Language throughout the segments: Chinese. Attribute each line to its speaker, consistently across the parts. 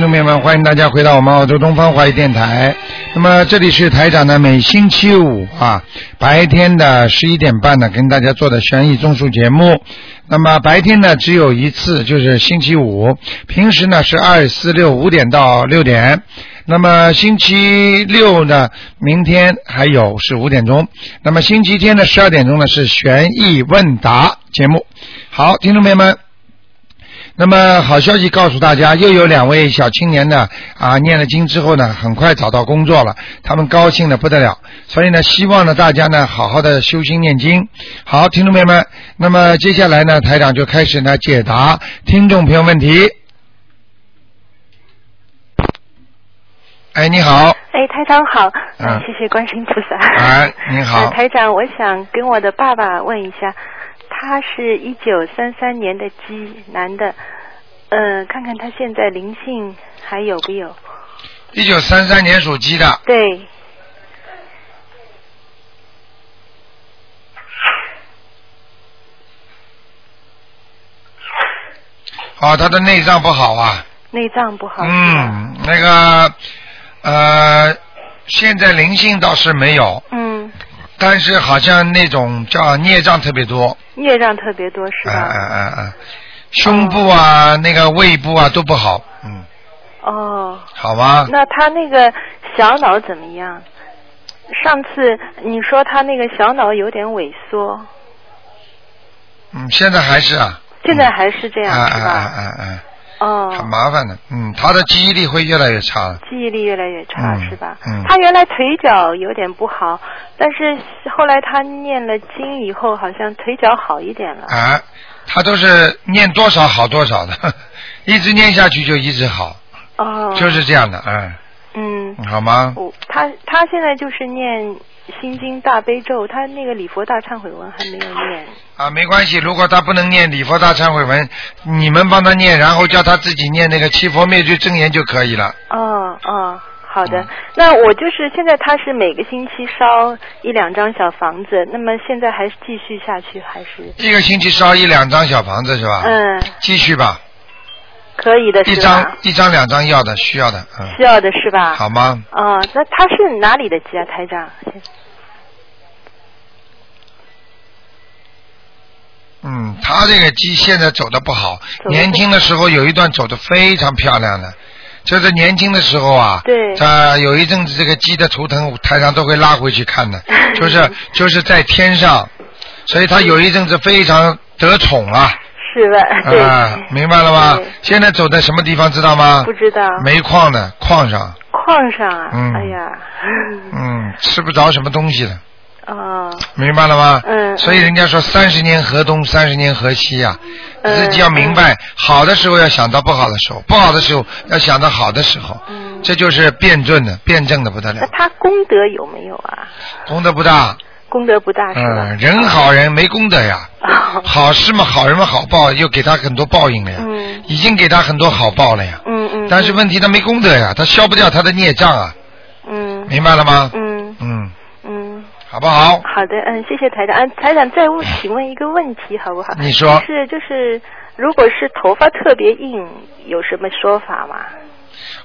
Speaker 1: 友们，欢迎大家回到我们澳洲东方华语电台。那么这里是台长呢，每星期五啊白天的十一点半呢，跟大家做的悬疑综述节目。那么白天呢只有一次，就是星期五。平时呢是二四六五点到六点。那么星期六呢，明天还有是五点钟。那么星期天的十二点钟呢是悬疑问答节目。好，听众朋友们。那么好消息告诉大家，又有两位小青年呢啊念了经之后呢，很快找到工作了，他们高兴的不得了。所以呢，希望呢大家呢好好的修心念经。好，听众朋友们，那么接下来呢，台长就开始呢解答听众朋友问题。哎，你好，
Speaker 2: 哎，台长好，
Speaker 1: 嗯
Speaker 2: 哎谢谢观世音菩萨。
Speaker 1: 哎，你
Speaker 2: 呃
Speaker 1: 好，
Speaker 2: 台长，我想跟我的爸爸问一下，他是一九三三年的鸡，男的，呃，看看他现在灵性还有没有？
Speaker 1: 一九三三年属鸡的，
Speaker 2: 对，
Speaker 1: 哦，他的内脏不好啊，
Speaker 2: 内脏不好。是吧。
Speaker 1: 嗯，那个呃，现在灵性倒是没有，
Speaker 2: 嗯，
Speaker 1: 但是好像那种叫孽障特别多，
Speaker 2: 孽障特别多是
Speaker 1: 嗯
Speaker 2: 嗯
Speaker 1: 嗯
Speaker 2: 吧？
Speaker 1: 嗯嗯，胸部啊、那个胃部啊都不好，嗯，
Speaker 2: 哦，
Speaker 1: 好吗？
Speaker 2: 那他那个小脑怎么样？上次你说他那个小脑有点萎缩，
Speaker 1: 嗯，现在还是啊，
Speaker 2: 现在还是这
Speaker 1: 嗯
Speaker 2: 样、
Speaker 1: 嗯
Speaker 2: 是
Speaker 1: 嗯
Speaker 2: 吧？
Speaker 1: 嗯嗯嗯，很
Speaker 2: 哦，
Speaker 1: 麻烦的，嗯，他的记忆力会越来越差的，
Speaker 2: 记忆力越来越差、
Speaker 1: 嗯
Speaker 2: 是吧？
Speaker 1: 嗯
Speaker 2: 他原来腿脚有点不好，但是后来他念了经以后，好像腿脚好一点了。
Speaker 1: 啊，他都是念多少好多少的， 一直念下去就一直好，
Speaker 2: 哦，
Speaker 1: 就是这样的，嗯，
Speaker 2: 嗯，
Speaker 1: 好吗？
Speaker 2: 我他他现在就是念心经大悲咒，他那个礼佛大忏悔文还没有念。
Speaker 1: 啊，没关系，如果他不能念礼佛大忏悔文，你们帮他念，然后叫他自己念那个七佛灭罪真言就可以了。
Speaker 2: 哦哦，好
Speaker 1: 嗯
Speaker 2: 的。那我就是现在他是每个星期烧一两张小房子，那么现在还是继续下去还是？
Speaker 1: 一个星期烧一两张小房子是吧？。
Speaker 2: 嗯，
Speaker 1: 继续吧，
Speaker 2: 可以的
Speaker 1: 啊一
Speaker 2: 是吧
Speaker 1: 张？一张两张要的需要的，嗯，
Speaker 2: 需要的是吧？。
Speaker 1: 好吗？
Speaker 2: 哦，那他是哪里的鸡啊，台长？
Speaker 1: 嗯，他这个鸡现在走的不好，
Speaker 2: 走得不好
Speaker 1: 年轻的时候有一段走的非常漂亮的，就是年轻的时候啊，
Speaker 2: 对
Speaker 1: 他有一阵子这个鸡的图腾台上都会拉回去 看的，就是就是在天上，所以他有一阵子非常得宠啊。
Speaker 2: 是吧？ 对。
Speaker 1: 啊，明白了吗
Speaker 2: 对？
Speaker 1: 现在走在什么地方知道吗
Speaker 2: 不？知道。
Speaker 1: 煤矿的矿上，
Speaker 2: 矿上啊，
Speaker 1: 嗯
Speaker 2: 哎呀，
Speaker 1: 嗯，吃不着什么东西了，
Speaker 2: 哦，
Speaker 1: 明白了吗？
Speaker 2: 嗯
Speaker 1: 所以人家说三十年河东，三十年河西呀、
Speaker 2: 嗯
Speaker 1: 自己要明白，好的时候要想到不好的时候，不好的时候要想到好的时候，
Speaker 2: 嗯
Speaker 1: 这就是辩证的，辩证的不得
Speaker 2: 那
Speaker 1: 了，
Speaker 2: 他功德有没有啊？
Speaker 1: 功德不大，
Speaker 2: 功德不大是吧
Speaker 1: 嗯，？人好人没功德呀，
Speaker 2: 哦
Speaker 1: 好事 嘛，好人嘛好报，又给他很多报应了呀，
Speaker 2: 嗯
Speaker 1: 已经给他很多好报了呀，
Speaker 2: 嗯嗯。
Speaker 1: 但是问题他没功德呀，他消不掉他的孽障啊，
Speaker 2: 嗯
Speaker 1: 明白了吗？
Speaker 2: 嗯
Speaker 1: 嗯，
Speaker 2: 嗯。
Speaker 1: 好不好？
Speaker 2: 好的，嗯，谢谢台长。嗯，台长再问，请问一个问题好不好？
Speaker 1: 你说
Speaker 2: 就是就是，如果是头发特别硬，有什么说法吗？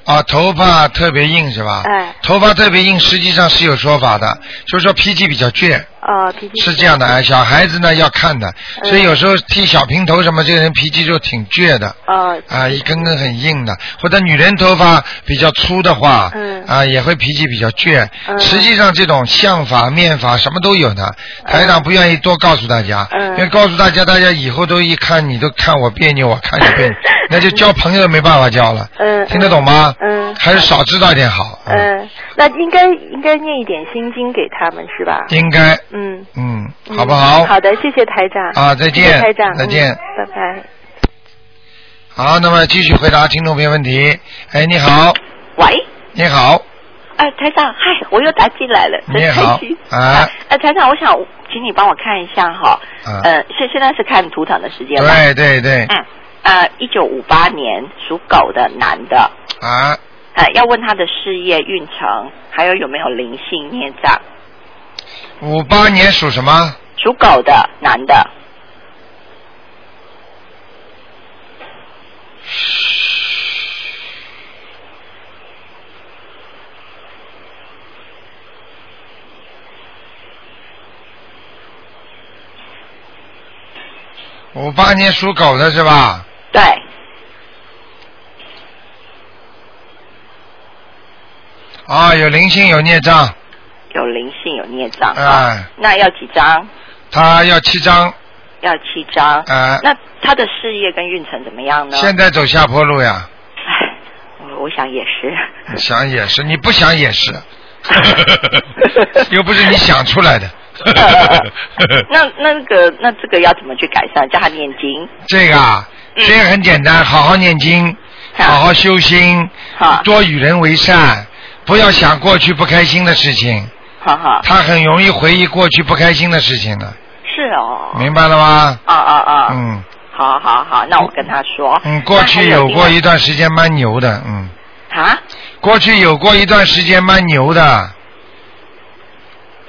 Speaker 1: 啊，头发特别硬是吧？
Speaker 2: 哎
Speaker 1: 头发特别硬，实际上是有说法的，就是说脾气比较倔，
Speaker 3: 呃
Speaker 2: 哦，脾气
Speaker 1: 是这样的。哎，小孩子呢要看的，
Speaker 2: 嗯
Speaker 1: 所以有时候剃小平头什么，这个人脾气就挺倔的。
Speaker 2: 哦，
Speaker 1: 啊，一根根很硬的，或者女人头发比较粗的话，
Speaker 2: 嗯
Speaker 1: 啊，也会脾气比较倔。
Speaker 2: 嗯
Speaker 1: 实际上，这种相法、面法什么都有呢。台长不愿意多告诉大家，
Speaker 2: 嗯
Speaker 1: 因为告诉大家，大家以后都一看你都看我别扭，我看你别 扭，那就交朋友没办法交了。
Speaker 2: 嗯，
Speaker 1: 听得懂吗？
Speaker 2: 嗯
Speaker 1: 还是少知道一点好。嗯，
Speaker 2: 嗯，那应该应该念一点心经给他们是吧？
Speaker 1: 应该，
Speaker 2: 嗯，
Speaker 1: 嗯，
Speaker 2: 嗯
Speaker 1: 好不好？
Speaker 2: 好的，谢谢台长。
Speaker 1: 啊再见
Speaker 2: 谢谢台长，
Speaker 1: 再见
Speaker 2: 嗯拜拜。
Speaker 1: 好，那么继续回答听众朋友问题。哎，你好，
Speaker 4: 喂，
Speaker 1: 你好，
Speaker 4: 哎，台长，嗨，我又打进来了，真
Speaker 1: 你好
Speaker 4: 开心。
Speaker 1: 啊
Speaker 4: 哎，台长，我想请你帮我看一下哈，
Speaker 1: 啊
Speaker 5: 嗯
Speaker 4: 呃，现现在是看图腾的时间吗？
Speaker 1: 对对对，
Speaker 4: 嗯，呃，一九五八年属狗的男的，
Speaker 1: 啊，
Speaker 4: 呃，要问他的事业运程，还有有没有灵性孽障？
Speaker 1: 五八年属什么？
Speaker 4: 属狗的男的，
Speaker 1: 五八年属狗的是吧？
Speaker 4: 对，
Speaker 1: 啊，有灵性，有孽障，
Speaker 4: 有灵性，有孽障啊。
Speaker 1: 哎，
Speaker 4: 那要几张？
Speaker 1: 他要七张，
Speaker 4: 要七张。
Speaker 1: 哎，
Speaker 4: 那他的事业跟运程怎么样呢？
Speaker 1: 现在走下坡路呀，
Speaker 4: 唉，我我想也是。
Speaker 1: 想也是，你不想也是，又不是你想出 来的。
Speaker 4: 啊那那个那这个要怎么去改善？叫他念经。
Speaker 1: 这个啊，
Speaker 4: 嗯
Speaker 1: 这个很简单，好好念经，好好修心，
Speaker 4: 好
Speaker 1: 多与人为善，不要想过去不开心的事情，
Speaker 4: 好好，
Speaker 1: 他很容易回忆过去不开心的事情的，
Speaker 4: 是哦。
Speaker 1: 明白了吗？
Speaker 4: 啊啊啊！
Speaker 1: 嗯
Speaker 4: 好好好，那我跟他说。
Speaker 1: 嗯，过去
Speaker 4: 那还
Speaker 1: 有
Speaker 4: 另
Speaker 1: 过
Speaker 4: 外
Speaker 1: 一段时间蛮牛的，嗯，
Speaker 4: 啊，
Speaker 1: 过去有过一段时间蛮牛的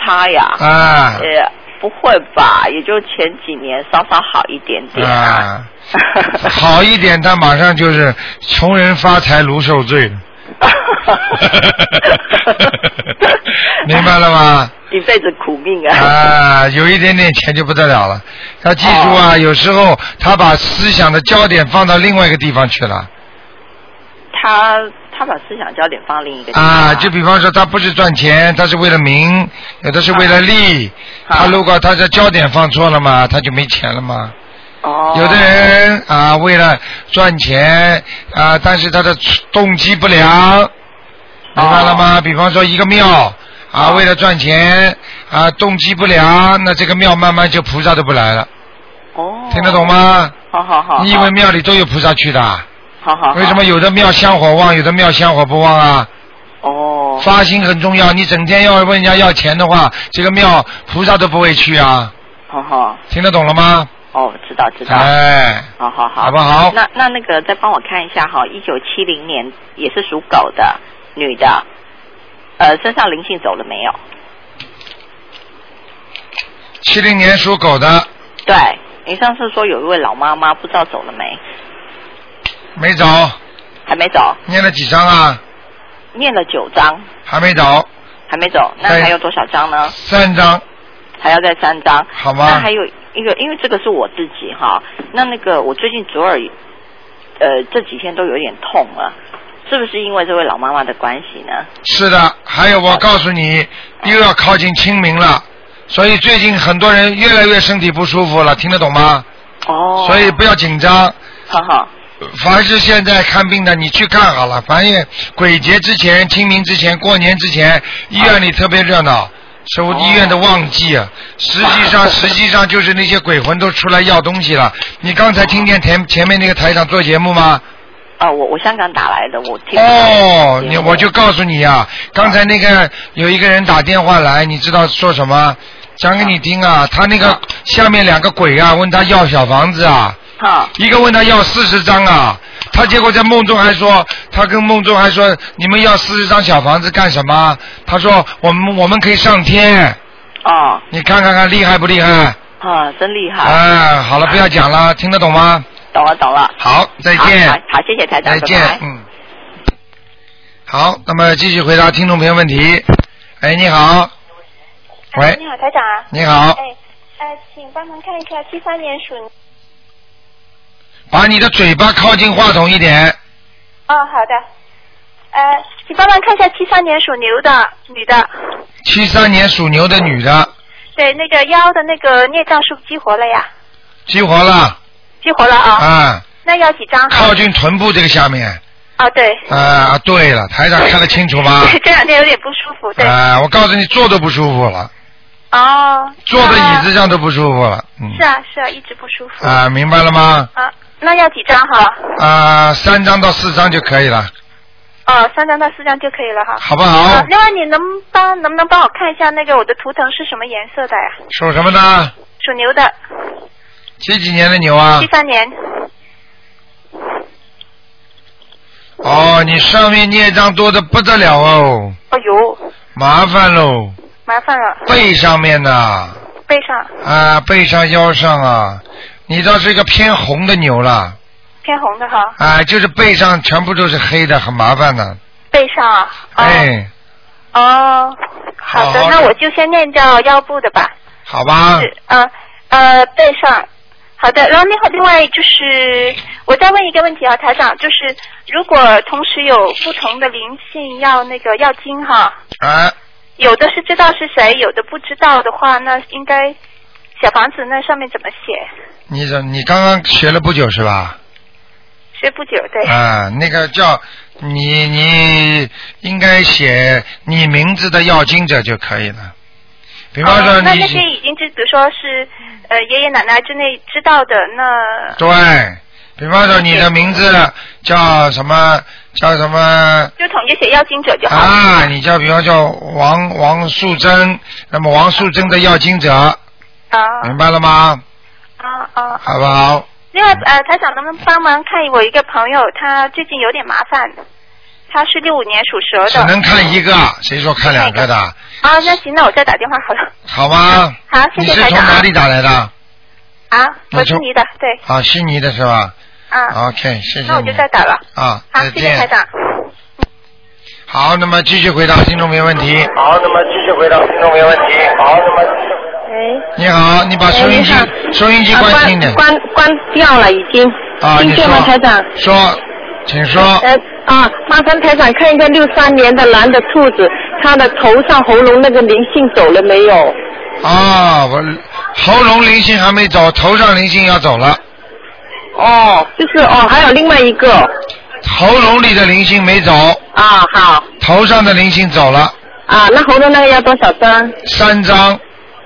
Speaker 4: 他呀，
Speaker 1: 啊
Speaker 4: 呃，不会吧？也就前几年稍稍好一点点啊。
Speaker 1: 啊，好一点，他马上就是穷人发财如受罪了，明白了吗？
Speaker 4: 一辈子苦命 啊！
Speaker 1: 啊，有一点点钱就不得了了。要记住啊，有时候他把思想的焦点放到另外一个地方去了
Speaker 4: 他他把思想焦点放另一个地方
Speaker 1: 啊。就比方说，他不是赚钱，他是为了名，有的是为了利。他如果他的焦点放错了嘛，他就没钱了嘛。
Speaker 4: 哦，
Speaker 1: 有的人啊，为了赚钱啊，但是他的动机不
Speaker 4: 哦
Speaker 1: 良，明白了吗？比方说一个庙啊，
Speaker 4: 哦
Speaker 1: 为了赚钱啊，动机不良，那这个庙慢慢就菩萨都不来了。
Speaker 4: 哦，啊
Speaker 1: 听得懂？吗？
Speaker 4: 好好好，
Speaker 1: 你以为庙里都有菩萨去的啊？
Speaker 4: 好好好
Speaker 1: 为什么有的庙香火旺，有的庙香火不旺啊？
Speaker 4: 哦
Speaker 1: 发心很重要，你整天要问人家要钱的话，这个庙菩萨都不会去啊。
Speaker 4: 好好
Speaker 1: 听得懂了吗？
Speaker 4: 哦，知道知道，
Speaker 1: 哎，
Speaker 4: 好好好，
Speaker 1: 好不好？
Speaker 4: 那那那个再帮我看一下哈，一九七零年也是属狗的女的，呃，身上灵性走了没有？
Speaker 1: 七零年属狗的
Speaker 4: 对，你上次说有一位老妈妈，不知道走了没？
Speaker 1: 没走，
Speaker 4: 还没走，
Speaker 1: 念了几张啊？
Speaker 4: 念了九章，
Speaker 1: 还没走，
Speaker 4: 还没走，那
Speaker 1: 对
Speaker 4: 还有多少章呢？
Speaker 1: 三张，
Speaker 4: 还要再三章。
Speaker 1: 好
Speaker 4: 那
Speaker 1: 吗
Speaker 4: 还？有一个，因为这个是我自己哈，那那个我最近左耳，呃，这几天都有点痛啊，是不是因为这位老妈妈的关系呢？
Speaker 1: 是的，还有我告诉你，又要靠近清明了，所以最近很多人越来越身体不舒服了，听得懂吗？
Speaker 4: 哦，
Speaker 1: 所以不要紧张，
Speaker 4: 好好，
Speaker 1: 凡是现在看病的，你去看好了。凡是鬼节之前、清明之前、过年之前，医院里特别热闹，是我
Speaker 4: 哦
Speaker 1: 医院的旺季啊。实际上，实际上就是那些鬼魂都出来要东西了。你刚才听见前前面那个台长做节目吗？
Speaker 4: 啊，我我香港打来的，我听不到
Speaker 1: 哦，
Speaker 4: 节目
Speaker 1: 你我就告诉你啊，刚才那个有一个人打电话来，你知道说什么？讲给你听啊，他那个下面两个鬼啊，问他要小房子啊。
Speaker 4: 哈
Speaker 1: 一个问他要四十张啊，他结果在梦中还说，他跟梦中还说，你们要四十张小房子干什么？他说我们我们可以上天，
Speaker 4: 哦
Speaker 1: 你看看看厉害不厉害？
Speaker 4: 啊，真厉害，
Speaker 1: 哎，好了，不要讲了，听得懂吗？
Speaker 4: 懂了懂了，
Speaker 1: 好，再
Speaker 4: 好
Speaker 1: 见，
Speaker 4: 好好谢谢台长，
Speaker 1: 再见
Speaker 4: 拜拜，
Speaker 1: 嗯。好，那么继续回答听众朋友问题。哎，你好，喂
Speaker 5: 你好，台长啊。
Speaker 1: 你好，
Speaker 5: 哎，呃，请帮忙看一下七三年属。
Speaker 1: 把你的嘴巴靠近话筒一点，
Speaker 5: 哦，好的。呃，请帮忙看一下七三年属牛的女的，
Speaker 1: 七三年属牛的女的，
Speaker 5: 对，那个腰的那个孽障是不是激活了呀？
Speaker 1: 激活了，
Speaker 5: 激活了啊。
Speaker 1: 啊，
Speaker 5: 那要几张啊？
Speaker 1: 靠近臀部这个下面。
Speaker 5: 啊，对。
Speaker 1: 啊，对了，台长看得清楚 吗？
Speaker 5: 这两天有点不舒服，对。
Speaker 1: 啊啊，我告诉你，坐都不舒服了，
Speaker 5: 哦。
Speaker 1: 坐在
Speaker 5: 那
Speaker 1: 椅子上都不舒服了。嗯
Speaker 5: 是。啊，是啊，一直不舒服。
Speaker 1: 啊，明白了吗？
Speaker 5: 啊，那要几张哈？
Speaker 1: 啊，三张到四张就可以了，
Speaker 5: 哦，三张到四张就可以了哈。
Speaker 1: 好不
Speaker 5: 啊
Speaker 1: 好，？
Speaker 5: 另外你能帮能不能帮我看一下那个我的图腾是什么颜色的呀？
Speaker 1: 属什么呢？
Speaker 5: 属牛的，
Speaker 1: 几几年的牛啊
Speaker 5: 七？三年。
Speaker 1: 哦，你上面孽障多的不得了哦，
Speaker 5: 哎呦，
Speaker 1: 麻烦喽，
Speaker 5: 麻烦了，
Speaker 1: 背上面呐，
Speaker 5: 背上
Speaker 1: 啊，背上腰上啊，你倒是一个偏红的牛了，
Speaker 5: 偏红的哈，
Speaker 1: 啊，就是背上全部都是黑的，很麻烦的，
Speaker 5: 背上啊。哦、
Speaker 1: 哎，
Speaker 5: 哦，好
Speaker 1: 好
Speaker 5: 的，
Speaker 1: 好
Speaker 5: 那
Speaker 1: 的
Speaker 5: 我就先念掉腰部的吧。
Speaker 1: 好吧，
Speaker 5: 是，呃呃，背上，好的，然后另外另外就是我再问一个问题啊，台长，就是如果同时有不同的灵性要那个要经哈，
Speaker 1: 啊，
Speaker 5: 有的是知道是谁，有的不知道的话，那应该小房子那上面怎么写？
Speaker 1: 你怎你刚刚学了不久是吧？
Speaker 5: 是不久对，
Speaker 1: 啊，那个叫你你应该写你名字的要经者就可以了。比方说
Speaker 5: 哦
Speaker 1: 你、
Speaker 5: 那那些已经知，比如说是呃爷爷奶奶之内知道的，那
Speaker 1: 对，比方说你的名
Speaker 5: 嗯
Speaker 1: 字叫什么叫什么
Speaker 5: 就统一写要经者就好了。
Speaker 1: 啊？你叫比方叫王王素贞，那么王素贞的要经者，
Speaker 5: 啊
Speaker 1: 明白了吗？
Speaker 5: 啊啊！
Speaker 1: 好不好？
Speaker 5: 另外，呃，台长能不能帮忙看我一个朋友，他最近有点麻烦，他是六五年属蛇
Speaker 1: 只
Speaker 5: 的。
Speaker 1: 能看一个，谁说看两个的？
Speaker 5: 啊，那行，那我再打电话好了。
Speaker 1: 好吗？
Speaker 5: 好，谢
Speaker 1: 你
Speaker 5: 谢
Speaker 1: 是
Speaker 5: 台
Speaker 1: 从
Speaker 5: 长
Speaker 1: 哪里打来的？
Speaker 5: 啊，
Speaker 1: 那
Speaker 5: 我
Speaker 1: 就是
Speaker 5: 你的，对，
Speaker 1: 啊，悉尼的是吧
Speaker 5: 啊，
Speaker 1: ？OK，谢谢你。
Speaker 5: 那我就再打了。
Speaker 1: 啊，
Speaker 5: 好，
Speaker 1: 再
Speaker 5: 谢谢台
Speaker 1: 见。
Speaker 5: 长。
Speaker 1: 好，那么继续回答听众没问题。
Speaker 6: 好，那么继续回答听众没问题。好，那么继续回答。
Speaker 7: 喂，
Speaker 1: 你好，你把收音机
Speaker 7: 哎
Speaker 1: 收音机
Speaker 7: 啊
Speaker 1: 关轻一点
Speaker 7: 关关关掉了已经。
Speaker 1: 啊，你
Speaker 7: 听见吗，台长？
Speaker 1: 说说，请说。
Speaker 7: 呃啊，麻烦台长看一下六三年的蓝的兔子，它的头上喉咙那个灵性走了没有？
Speaker 1: 啊，我喉咙灵性还没走，头上灵性要走了，
Speaker 7: 哦，就是哦，还有另外一个
Speaker 1: 喉咙里的灵性没走，
Speaker 7: 啊，好
Speaker 1: 头上的灵性走了
Speaker 7: 啊，那喉咙那个要多少张？
Speaker 1: 三张。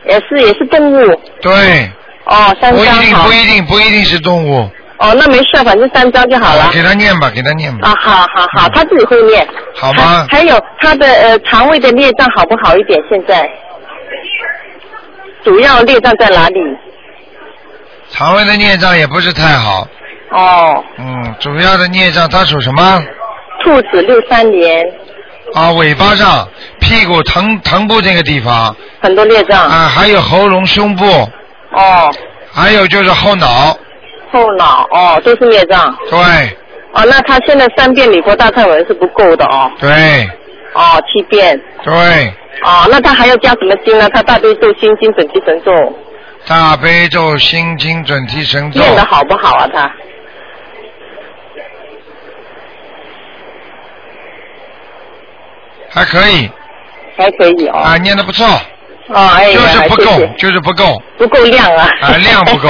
Speaker 7: 也是也是动物
Speaker 1: 对，
Speaker 7: 哦，三
Speaker 1: 不一
Speaker 7: 张
Speaker 1: 定，
Speaker 7: 好
Speaker 1: 不。一定，不一定是动物。
Speaker 7: 哦，那没事，反正三张就好了
Speaker 1: 啊。给他念吧，给他念吧，
Speaker 7: 啊，好好好，他自己会念。
Speaker 1: 嗯好吗？
Speaker 7: 还还有他的呃肠胃的裂障好不好一点？现在主要裂障在哪里？
Speaker 1: 肠胃的孽障也不是太好，
Speaker 7: 哦，
Speaker 1: 嗯，主要的孽障它属什么？
Speaker 7: 兔子六三年
Speaker 1: 啊，尾巴上、屁股疼疼部这个地方，
Speaker 7: 很多裂障。
Speaker 1: 啊，还有喉咙、胸部，
Speaker 7: 哦，
Speaker 1: 还有就是后脑，
Speaker 7: 后脑哦都是裂障。
Speaker 1: 对
Speaker 7: 哦，那他现在三遍礼佛大忏文是不够的哦。
Speaker 1: 对
Speaker 7: 哦，七遍。
Speaker 1: 对，
Speaker 7: 哦，那他还要加什么经呢？他大悲咒、心经、准提神咒
Speaker 1: 大悲咒、心经、准提神咒，
Speaker 7: 念的好不好啊？他
Speaker 1: 还可以
Speaker 7: 还可以哦。
Speaker 1: 啊，念的不错，
Speaker 7: 哦，哎
Speaker 1: 就
Speaker 7: 呀，
Speaker 1: 是不
Speaker 7: 谢
Speaker 1: 够
Speaker 7: 谢，
Speaker 1: 就是不够，
Speaker 7: 不够量啊！
Speaker 1: 啊量不 够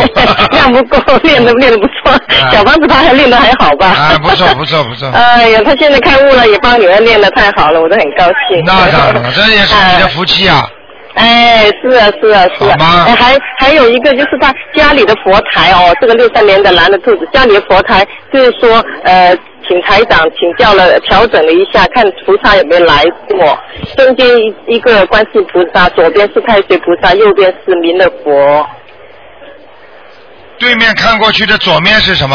Speaker 7: 量不够，练的练的不错，
Speaker 1: 啊
Speaker 7: 小房子他还练的还好吧？
Speaker 1: 啊，不错不。错不错，
Speaker 7: 哎呀，他现在开悟了，也帮女儿练的太好了，我都很高兴。
Speaker 1: 那当然了，这也是你的福气啊，
Speaker 7: 哎，是啊，是啊，是
Speaker 1: 好
Speaker 7: 啊。
Speaker 1: 吗
Speaker 7: 哎还还有一个就是他家里的佛台哦，这个六三年的蓝的兔子，家里的佛台就是说呃，请台长请教了，调整了一下，看菩萨有没有来过。中间一一个观世菩萨，左边是太岁菩萨，右边是弥勒佛。
Speaker 1: 对面看过去的左面是什么？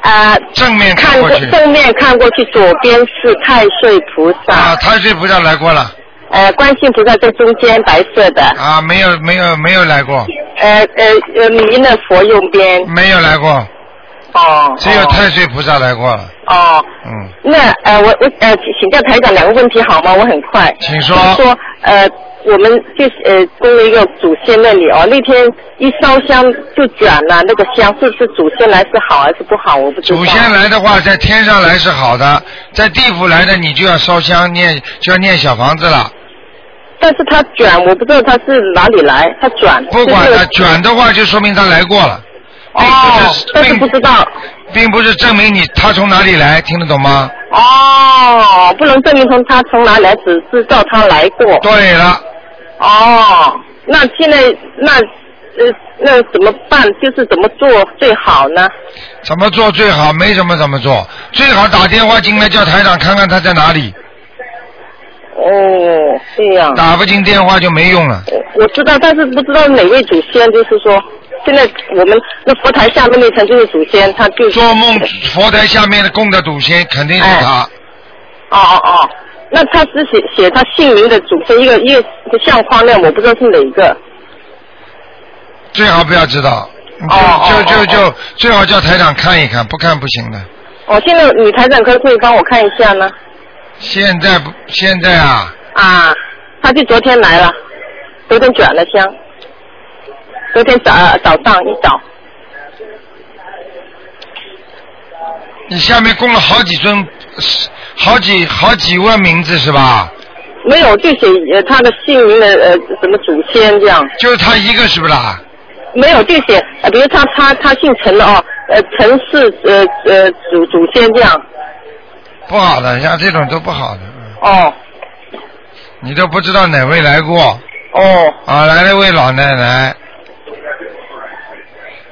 Speaker 7: 啊、
Speaker 1: 正面看
Speaker 7: 看
Speaker 1: 过
Speaker 7: 过
Speaker 1: 去
Speaker 7: 正面看过去，左边是太岁菩
Speaker 1: 啊，
Speaker 7: 萨，
Speaker 1: 太岁菩萨来过了
Speaker 7: 呃，观世音菩萨在中间白色的，
Speaker 1: 啊，没有没有没有来过，
Speaker 7: 呃呃呃，弥勒佛右边，
Speaker 1: 没有来过，
Speaker 7: 哦，
Speaker 1: 只有
Speaker 7: 哦
Speaker 1: 太岁菩萨来过了，
Speaker 7: 哦。
Speaker 1: 嗯，
Speaker 7: 那呃，我我呃，请请教台长两个问题好吗？我很快。
Speaker 1: 请说
Speaker 7: 就是说呃，我们就是呃供了一个祖先那里哦，那天一烧香就卷了，那个香是不是祖先来是好还是不好？我不知道。
Speaker 1: 祖先来的话，在天上来是好的，在地府来的你就要烧香念，就要念小房子了。
Speaker 7: 但是他卷，我不知道他是哪里来，他卷。
Speaker 1: 不管
Speaker 7: 就是
Speaker 1: 他卷的话，就说明他来过了，
Speaker 7: 哦，但是
Speaker 1: 并
Speaker 7: 不知道。
Speaker 1: 并不是证明你他从哪里来，听得懂吗？
Speaker 7: 哦，不能证明从他从哪里来，只知道他来过。
Speaker 1: 对了，
Speaker 7: 哦，那现在那呃那怎么办？就是怎么做最好呢？
Speaker 1: 怎么做最好？没什么怎么做，最好打电话进来叫台长看看他在哪里，
Speaker 7: 哦，这样。
Speaker 1: 打不进电话就没用了。
Speaker 7: 我我知道，但是不知道哪位祖先，就是说，现在我们那佛台下面那层就是祖先，他就
Speaker 1: 做梦佛台下面的供的祖先肯定是他，
Speaker 7: 哦哦哦，那他只写写他姓名的祖先，一个一个相框那样，我不知道是哪一个。
Speaker 1: 最好不要知道，就
Speaker 7: 哦
Speaker 1: 就
Speaker 7: 哦
Speaker 1: 就就最好叫台长看一看，不看不行的。
Speaker 7: 哦，现在女台长可不可以帮我看一下呢？
Speaker 1: 现在不现在啊，
Speaker 7: 啊，他就昨天来了，昨天卷了香，昨天早早上一早，
Speaker 1: 你下面供了好几尊，好几好几万名字是吧？
Speaker 7: 没有就写呃他的姓名的呃什么祖先这样，
Speaker 1: 就是他一个是不啦？
Speaker 7: 没有就写呃比如他他他姓陈的哦，呃陈氏呃呃祖祖先这样，
Speaker 1: 不好的，像这种都不好的，嗯
Speaker 7: 哦
Speaker 1: 你都不知道哪位来过
Speaker 7: 哦
Speaker 1: 啊？来了位老奶奶，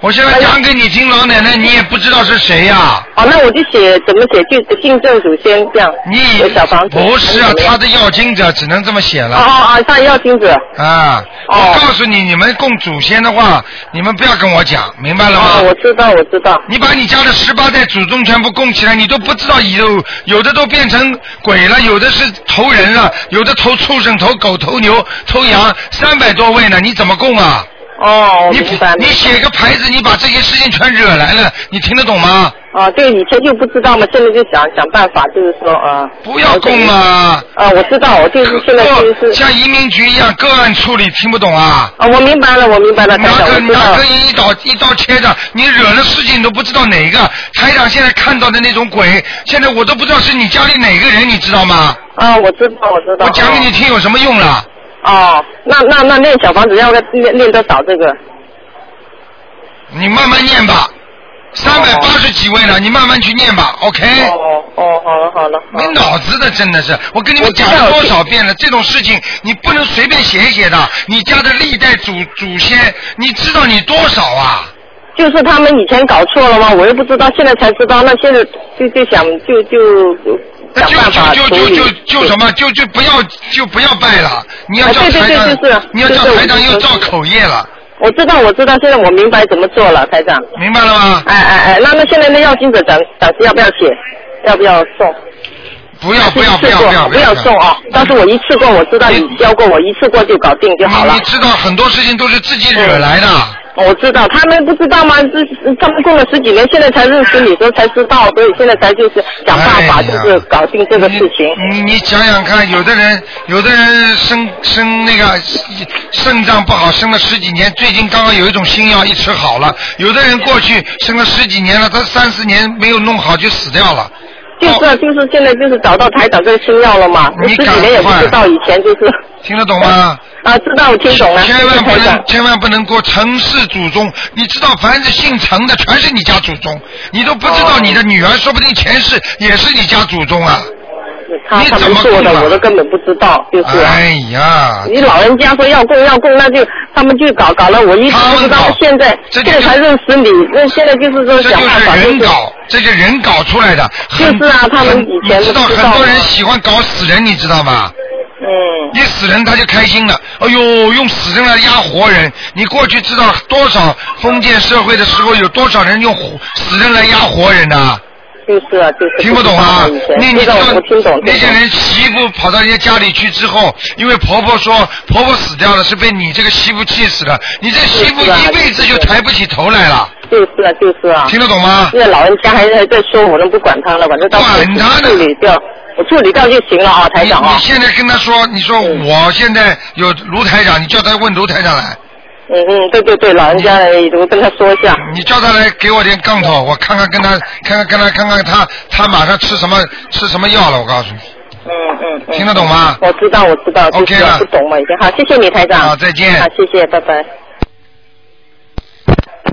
Speaker 1: 我现在讲给你听，老奶奶你也不知道是谁呀、
Speaker 7: 哦，那我就写怎么写就姓郑祖先这样，
Speaker 1: 你
Speaker 7: 有小房子
Speaker 1: 不是啊
Speaker 7: 还，怎么样
Speaker 1: 他的要经者只能这么写
Speaker 7: 哎哦
Speaker 1: 了。
Speaker 7: 哦哦，他要金子，
Speaker 1: 啊，
Speaker 7: 哦
Speaker 1: 我告诉你，你们供祖先的话，你们不要跟我讲，明白了
Speaker 7: 哦
Speaker 1: 吗？
Speaker 7: 我知道我知道，
Speaker 1: 你把你家的十八代祖宗全部供起来，你都不知道有有的都变成鬼了，有的是投人了，有的投畜生、投狗、投牛、投羊，三百多位呢，你怎么供啊？
Speaker 7: 哦我
Speaker 1: 你
Speaker 7: 明白了
Speaker 1: 你写个牌子，你把这些事情全惹来了，你听得懂吗？
Speaker 7: 哦对以前就不知道嘛，现在就想想办法就是说呃
Speaker 1: 不要供啊！
Speaker 7: 啊我知道我就是现在就是
Speaker 1: 不像移民局一样个案处理，听不懂啊？
Speaker 7: 啊、我明白了，我明白了，台
Speaker 1: 拿
Speaker 7: 长，
Speaker 1: 个
Speaker 7: 我知道
Speaker 1: 拿
Speaker 7: 了
Speaker 1: 个。一刀一刀切的，你惹了事情你都不知道哪一个。台长现在看到的那种鬼，现在我都不知道是你家里哪个人，你知道吗？
Speaker 7: 啊，我知道，我知道。啊
Speaker 1: 我讲给你听有什么用啦？
Speaker 7: 哦。哦，那那那练小房子要练练多少这个？
Speaker 1: 你慢慢念吧，三百八十几位了，你慢慢去念吧，OK？
Speaker 7: 哦哦，好了好了。好
Speaker 1: 没
Speaker 7: 了
Speaker 1: 脑子的，真的是！我跟你们
Speaker 7: 我知
Speaker 1: 讲
Speaker 7: 道
Speaker 1: 了多少遍了，这种事情你不能随便写一写的。你家的历代祖祖先，你知道你多少啊？
Speaker 7: 就是他们以前搞错了吗？我又不知道，现在才知道。那现在就就想就就
Speaker 1: 那
Speaker 7: 想
Speaker 1: 就
Speaker 7: 办法
Speaker 1: 就
Speaker 7: 处
Speaker 1: 就
Speaker 7: 理。
Speaker 1: 就就什么就就不要就不要拜了，你要
Speaker 7: 啊
Speaker 1: 叫
Speaker 7: 对对
Speaker 1: 台
Speaker 7: 对就是
Speaker 1: 长，你要叫
Speaker 7: 就是
Speaker 1: 台长
Speaker 7: 我就
Speaker 1: 又
Speaker 7: 说
Speaker 1: 造口业了，
Speaker 7: 我知道，我知道，现在我明白怎么做了，台长。
Speaker 1: 明白了吗？
Speaker 7: 哎哎哎，那那现在那要金者暂暂时要不要写？要不要送？
Speaker 1: 不要不
Speaker 7: 一
Speaker 1: 要
Speaker 7: 次
Speaker 1: 不要
Speaker 7: 过
Speaker 1: 要
Speaker 7: 不要送啊！但是我一次过，我知道你教过我，一次过就搞定就好
Speaker 1: 你
Speaker 7: 了
Speaker 1: 你。知道很多事情都是自己惹来的，
Speaker 7: 我知道，他们不知道吗？这他们供了十几年，现在才认识你，所以才知道，所以现在才就是想办法，
Speaker 1: 哎呀
Speaker 7: 就是搞定这个事情。
Speaker 1: 你你你想想看，有的人有的人生生那个肾脏不好，生了十几年，最近刚刚有一种新药一吃好了；有的人过去生了十几年了，他三四年没有弄好就死掉了。
Speaker 7: 就是啊就是现在就是找到台长这个新药了嘛，
Speaker 1: 你
Speaker 7: 十
Speaker 1: 赶
Speaker 7: 几年也不知道，以前就是
Speaker 1: 听得懂吗？
Speaker 7: 啊，知道我听懂了，谢
Speaker 1: 千
Speaker 7: 谢
Speaker 1: 万不
Speaker 7: 台
Speaker 1: 能
Speaker 7: 长。
Speaker 1: 千万不能过陈氏祖宗，你知道，凡是姓陈的全是你家祖宗，你都不知道你的女儿说不定前世也是你家祖宗啊！
Speaker 7: 他
Speaker 1: 你
Speaker 7: 他
Speaker 1: 怎
Speaker 7: 们
Speaker 1: 么
Speaker 7: 做
Speaker 1: 供
Speaker 7: 的
Speaker 1: 啊，
Speaker 7: 我都根本不知道，就是啊。
Speaker 1: 哎呀，
Speaker 7: 你老人家说要供要供，那就他们就搞搞了，我一直
Speaker 1: 他们
Speaker 7: 不知道
Speaker 1: 搞，
Speaker 7: 现在
Speaker 1: 这
Speaker 7: 现
Speaker 1: 就
Speaker 7: 在才认识你，那现在就是
Speaker 1: 这
Speaker 7: 说
Speaker 1: 就
Speaker 7: 想办法
Speaker 1: 是
Speaker 7: 就
Speaker 1: 人
Speaker 7: 是
Speaker 1: 搞，这就是人搞出来的。很
Speaker 7: 就是啊他们以前
Speaker 1: 你知道
Speaker 7: 不知道
Speaker 1: 很多人
Speaker 7: 的
Speaker 1: 喜欢搞死人，你知道吗？
Speaker 7: 嗯。
Speaker 1: 一死人他就开心了，哎呦，用死人来压活人。你过去知道多少封建社会的时候，有多少人用活死人来压活人呐？
Speaker 7: 就是啊，就是
Speaker 1: 听不懂啊
Speaker 7: 知道以？前
Speaker 1: 那你
Speaker 7: 知
Speaker 1: 知
Speaker 7: 道
Speaker 1: 道
Speaker 7: 我听懂，
Speaker 1: 那些
Speaker 7: 听懂
Speaker 1: 人媳妇跑到人家家里去之后，因为婆婆说婆婆死掉了，是被你这个媳妇气死了，你这媳妇
Speaker 7: 是啊
Speaker 1: 一辈子就抬不起头来了，
Speaker 7: 就是啊，就是啊。
Speaker 1: 听得懂吗？
Speaker 7: 现在老人家还还在说，我都不管他了，反正到时
Speaker 1: 管
Speaker 7: 候
Speaker 1: 他呢
Speaker 7: 处理掉，我处理掉就行了啊，台
Speaker 1: 你
Speaker 7: 长啊
Speaker 1: 你。现在跟他说，你说我现在有卢台长，你叫他问卢台长来，
Speaker 7: 嗯嗯，对对对，老人家我跟他说一下。
Speaker 1: 你叫他来给我点杠头，我看看跟他看看跟他看看他他马上吃什么吃什么药了，我告诉你
Speaker 7: 嗯嗯嗯。
Speaker 1: 听得懂吗
Speaker 7: 我知道，我知道，就是啊
Speaker 1: OK 了
Speaker 7: 不懂嘛已经。好，谢谢你，台长。
Speaker 1: 好，再见。
Speaker 7: 好，谢谢，拜拜。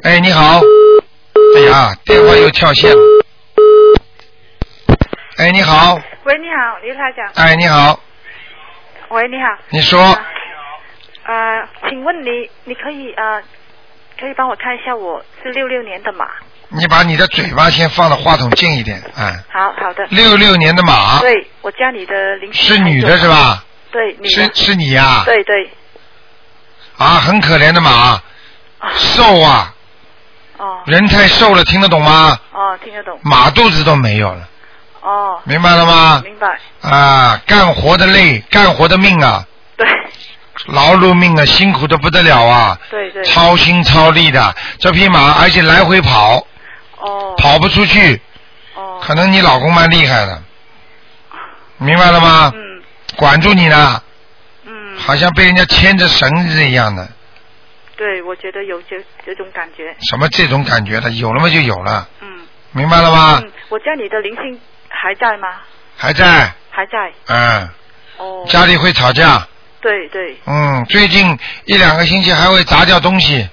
Speaker 1: 哎，你好。哎呀，电话又跳线了。哎，你好。
Speaker 3: 喂，你好，刘台长。
Speaker 1: 哎，你好。
Speaker 3: 喂，你好。
Speaker 1: 你说
Speaker 3: 呃，请问你，你可以呃，可以帮我看一下我是六六年的马？
Speaker 1: 你把你的嘴巴先放到话筒近一点，哎。
Speaker 3: 好好的。
Speaker 1: 六六年的马
Speaker 3: 对，我家里的灵性
Speaker 1: 是女的是？吧？
Speaker 3: 对，女
Speaker 1: 是
Speaker 3: 的。
Speaker 1: 是你呀、啊？
Speaker 3: 对对。
Speaker 1: 很可怜的马，瘦啊，
Speaker 3: 哦
Speaker 1: 人太瘦了，听得懂
Speaker 6: 啊
Speaker 1: 吗？
Speaker 3: 哦，听得懂。
Speaker 1: 马肚子都没有了，
Speaker 3: 哦，
Speaker 1: 明白了吗？
Speaker 3: 明白。
Speaker 1: 啊，干活的累，干活的命啊，
Speaker 3: 对
Speaker 1: 劳碌命啊，辛苦的不得了啊。
Speaker 3: 对对。
Speaker 1: 超心超力的这匹马，而且来回跑，
Speaker 3: 哦
Speaker 1: 跑不出去，
Speaker 3: 哦。
Speaker 1: 可能你老公蛮厉害的，明白了吗？
Speaker 3: 嗯
Speaker 1: 管住你了，
Speaker 3: 嗯。
Speaker 1: 好像被人家牵着绳子一样的，
Speaker 3: 对，我觉得有这这种感觉。
Speaker 1: 什么这种感觉的，有了嘛就有了，
Speaker 3: 嗯
Speaker 1: 明白了吗？
Speaker 3: 嗯，我家里的灵性还在吗？
Speaker 1: 还在，
Speaker 3: 还在。
Speaker 1: 嗯，
Speaker 3: 哦。
Speaker 1: 家里会吵架，
Speaker 3: 对对。
Speaker 1: 嗯，最近一两个星期还会砸掉东西，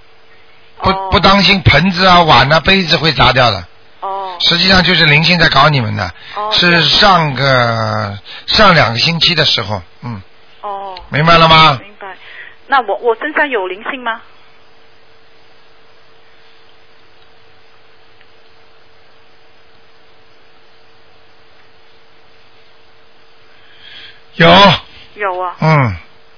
Speaker 1: 不、
Speaker 3: 哦
Speaker 1: 不当心盆子啊、碗啊、杯子会砸掉的，
Speaker 3: 哦
Speaker 1: 实际上就是灵性在搞你们的，
Speaker 3: 哦。这
Speaker 1: 是
Speaker 3: 样
Speaker 1: 上个上两个星期的时候，嗯，
Speaker 3: 哦，
Speaker 1: 明白了吗？
Speaker 3: 明白。那我我身上有灵性吗？
Speaker 1: 有，
Speaker 3: 有啊。
Speaker 1: 嗯，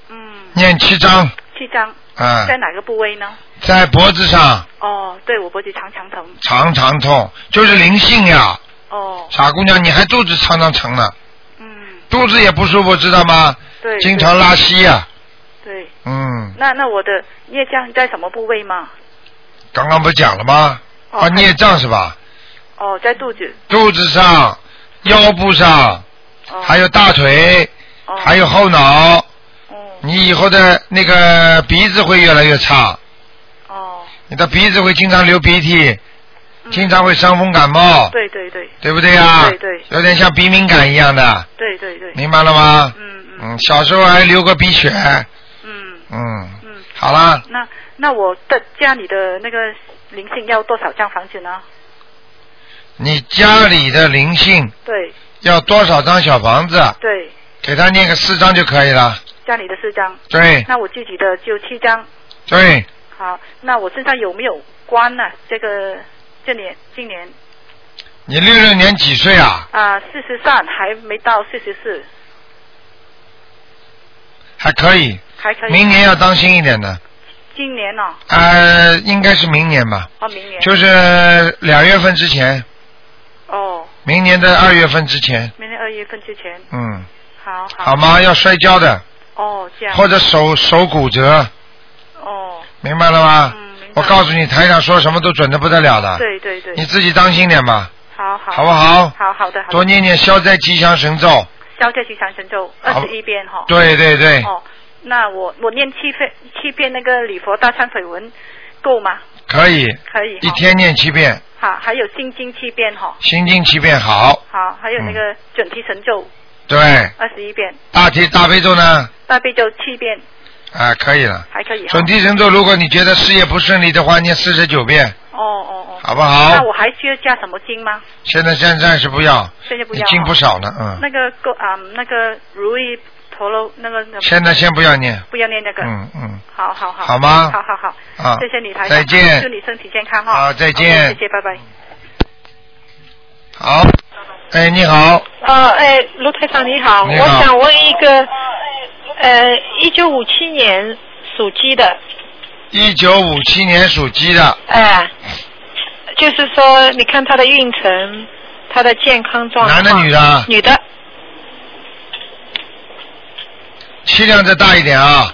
Speaker 3: 嗯，
Speaker 1: 念七章，
Speaker 3: 七张
Speaker 1: 啊、
Speaker 3: 在哪个部位呢？
Speaker 1: 在脖子上
Speaker 3: 哦，对我脖子常常疼。
Speaker 1: 常常痛，就是灵性呀，
Speaker 3: 哦，
Speaker 1: 傻姑娘，你还肚子常常疼呢，
Speaker 3: 嗯，
Speaker 1: 肚子也不舒服，知道吗？
Speaker 3: 对。
Speaker 1: 经常拉稀啊呀、
Speaker 3: 对。对
Speaker 1: 嗯，
Speaker 3: 那那我的业障在什么部位吗？
Speaker 1: 刚刚不是讲了吗？
Speaker 3: 哦
Speaker 1: 啊，
Speaker 3: 还
Speaker 1: 孽障是吧？
Speaker 3: 哦，在肚子。
Speaker 1: 肚子上、腰部上，
Speaker 3: 哦。
Speaker 1: 还有大腿，
Speaker 3: 哦。
Speaker 1: 还有后脑，
Speaker 3: 哦。
Speaker 1: 你以后的那个鼻子会越来越差，
Speaker 3: 哦。
Speaker 1: 你的鼻子会经常流鼻涕，
Speaker 3: 嗯
Speaker 1: 经。常会伤风感冒，
Speaker 3: 对对对
Speaker 1: 对不对呀？
Speaker 3: 对对
Speaker 1: 有点像鼻敏感一样的，
Speaker 3: 对对对。
Speaker 1: 明白了吗？
Speaker 3: 嗯嗯
Speaker 1: 嗯，小时候还流过鼻血，
Speaker 3: 嗯
Speaker 1: 嗯，
Speaker 3: 嗯。
Speaker 1: 好啦，
Speaker 3: 那那我的家里的那个灵性要多少张房子呢？
Speaker 1: 你家里的灵性
Speaker 3: 对
Speaker 1: 要多少张小房子？
Speaker 3: 对，
Speaker 1: 给他念个四张就可以了。
Speaker 3: 家里的四张，
Speaker 1: 对
Speaker 3: 那我自己的就七张。
Speaker 1: 对，
Speaker 3: 好，那我身上有没有关呢、这个这年今年
Speaker 1: 你六六年几岁啊？
Speaker 3: 啊，四十三还没到四十四，
Speaker 1: 还可以，
Speaker 3: 还可以。
Speaker 1: 明年要当心一点的。
Speaker 3: 今年呢、
Speaker 1: 呃，应该是明年吧，
Speaker 3: 哦？明年。
Speaker 1: 就是两月份之前，
Speaker 3: 哦，
Speaker 1: 明年的二月份之前，
Speaker 3: 明年二月份之前。
Speaker 1: 嗯，
Speaker 3: 好好。
Speaker 1: 好吗？要摔跤的，
Speaker 3: 哦，这样。
Speaker 1: 或者手手骨折，
Speaker 3: 哦，
Speaker 1: 明白了吗？
Speaker 3: 嗯，明
Speaker 1: 我
Speaker 3: 白。
Speaker 1: 告诉你，台上说什么都准的不得了的，
Speaker 3: 对对对
Speaker 1: 你。自己当心点吧，
Speaker 3: 好好。
Speaker 1: 好不好？
Speaker 3: 好好的好
Speaker 1: 多
Speaker 3: 的。
Speaker 1: 念念消灾吉祥神咒，
Speaker 3: 消灾吉祥神咒二
Speaker 1: 好
Speaker 3: 十一遍哈。。
Speaker 1: 对对对，
Speaker 3: 哦，那我我念七遍七遍那个礼佛大忏悔文够吗？
Speaker 1: 可以，
Speaker 3: 可以。
Speaker 1: 一。天念七遍，
Speaker 3: 好，还有心经七遍哈。
Speaker 1: 心经七遍，好，
Speaker 3: 好，还有那
Speaker 1: 嗯
Speaker 3: 个准提神咒
Speaker 1: 对，
Speaker 3: 二十一遍，
Speaker 1: 大题大悲咒呢？
Speaker 3: 大悲咒七遍，
Speaker 1: 啊，可以了。
Speaker 3: 还可以哈。
Speaker 1: 准提神咒，如果你觉得事业不顺利的话，念四十九遍，
Speaker 3: 哦哦哦。
Speaker 1: 好不好
Speaker 3: 那？我还需要加什么经吗？
Speaker 1: 现在现在暂时不要，
Speaker 3: 现在不
Speaker 1: 你
Speaker 3: 要。
Speaker 1: 进不。少了，嗯。
Speaker 3: 那个够啊、那个如意陀罗那个那
Speaker 1: 现在先不要念，
Speaker 3: 不要念那个。
Speaker 1: 嗯嗯。
Speaker 3: 好好好。
Speaker 1: 好吗
Speaker 3: 好好好。
Speaker 1: 啊
Speaker 3: 谢谢你台长。
Speaker 1: 再见
Speaker 3: 祝你身体健康哈。
Speaker 1: 好再见
Speaker 3: OK，谢谢，拜拜。
Speaker 1: 好，哎，你好，
Speaker 8: 呃，哎，卢台长你好，
Speaker 1: 你好
Speaker 8: 我想问一个，呃，一九五七年属鸡的，
Speaker 1: 一九五七年属鸡的，
Speaker 8: 哎、就是说，你看他的运程，他的健康状况，
Speaker 1: 男的女的啊？
Speaker 8: 女的，
Speaker 1: 气量再大一点啊！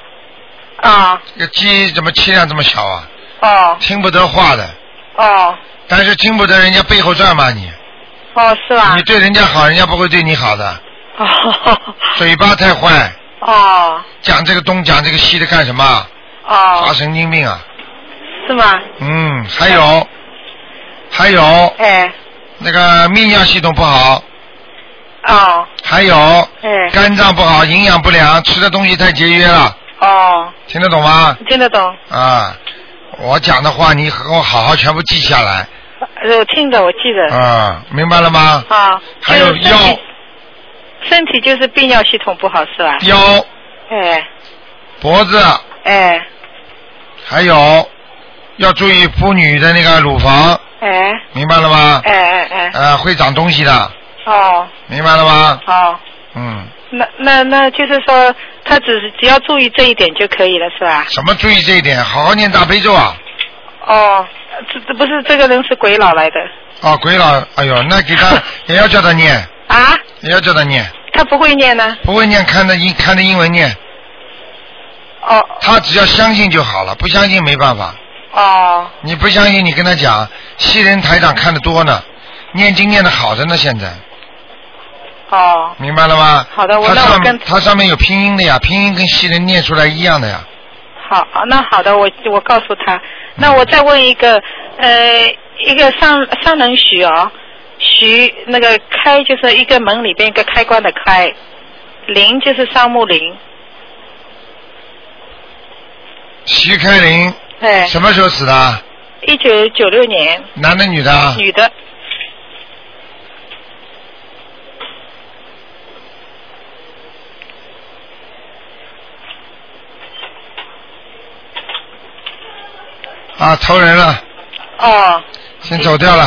Speaker 8: 啊，
Speaker 1: 这个鸡怎么气量这么小啊？
Speaker 8: 哦，
Speaker 1: 听不得话的，
Speaker 8: 哦，
Speaker 1: 但是听不得人家背后转骂你，
Speaker 8: 哦，是
Speaker 3: 啊
Speaker 8: 吧
Speaker 1: 你？对人家好，人家不会对你好的，嗯
Speaker 8: 哦，
Speaker 1: 嘴巴太坏，
Speaker 8: 哦，
Speaker 1: 讲这个东讲这个西的干什么啊？发
Speaker 8: 哦，
Speaker 1: 神经病啊！
Speaker 8: 是吗？
Speaker 1: 嗯，还有，还有
Speaker 8: 哎，
Speaker 1: 那个泌尿系统不好，
Speaker 8: 哦，
Speaker 1: 还有
Speaker 8: 哎，
Speaker 1: 肝脏不好，营养不良，吃的东西太节约了，
Speaker 8: 哦，
Speaker 1: 听得懂吗？
Speaker 8: 听得懂，
Speaker 1: 啊，我讲的话你给我好好全部记下来
Speaker 8: 呃我听着，我记得，
Speaker 1: 啊，明白了吗？
Speaker 8: 啊，
Speaker 1: 还有
Speaker 8: 就是身体，身体就是泌尿系统不好是吧？
Speaker 1: 腰、
Speaker 8: 哎，
Speaker 1: 脖子，
Speaker 8: 哎。
Speaker 1: 还有要注意妇女的那个乳房，
Speaker 8: 哎
Speaker 1: 明白了吗？
Speaker 8: 哎哎哎，
Speaker 1: 呃，会长东西的，
Speaker 8: 哦
Speaker 1: 明白了吗？
Speaker 8: 哦，
Speaker 1: 嗯，
Speaker 8: 那那那就是说，他只是只要注意这一点就可以了，是吧？
Speaker 1: 什么注意这一点，好好念大悲咒啊！
Speaker 8: 哦，这这不是这个人是鬼佬来的
Speaker 1: 啊，鬼佬，哎呦，那给 他也要叫他念，
Speaker 8: 啊？
Speaker 1: 也要叫他念，
Speaker 8: 他不会念呢？
Speaker 1: 不会念看着英看着英文念，
Speaker 8: 哦
Speaker 1: 他只要相信就好了，不相信没办法。
Speaker 8: 哦
Speaker 1: 你不相信，你跟他讲，西人台长看得多呢，念经念的好着呢，现在
Speaker 8: 哦
Speaker 1: 明白了吗？
Speaker 8: 好的我
Speaker 1: 他
Speaker 8: 那我
Speaker 1: 上
Speaker 8: 跟
Speaker 1: 他上面有拼音的呀，拼音跟西人念出来一样的呀。
Speaker 8: 啊好，那好的，我我告诉他。那我再问一个，呃，一个上上人许哦，许那个开就是一个门里边一个开关的开，林就是杉木林，
Speaker 1: 徐开林
Speaker 8: 哎，
Speaker 1: 什么时候死的？
Speaker 8: 一九九六年，
Speaker 1: 男的女的啊？
Speaker 8: 女的，
Speaker 1: 啊，投人了，
Speaker 8: 哦，
Speaker 1: 先走掉了，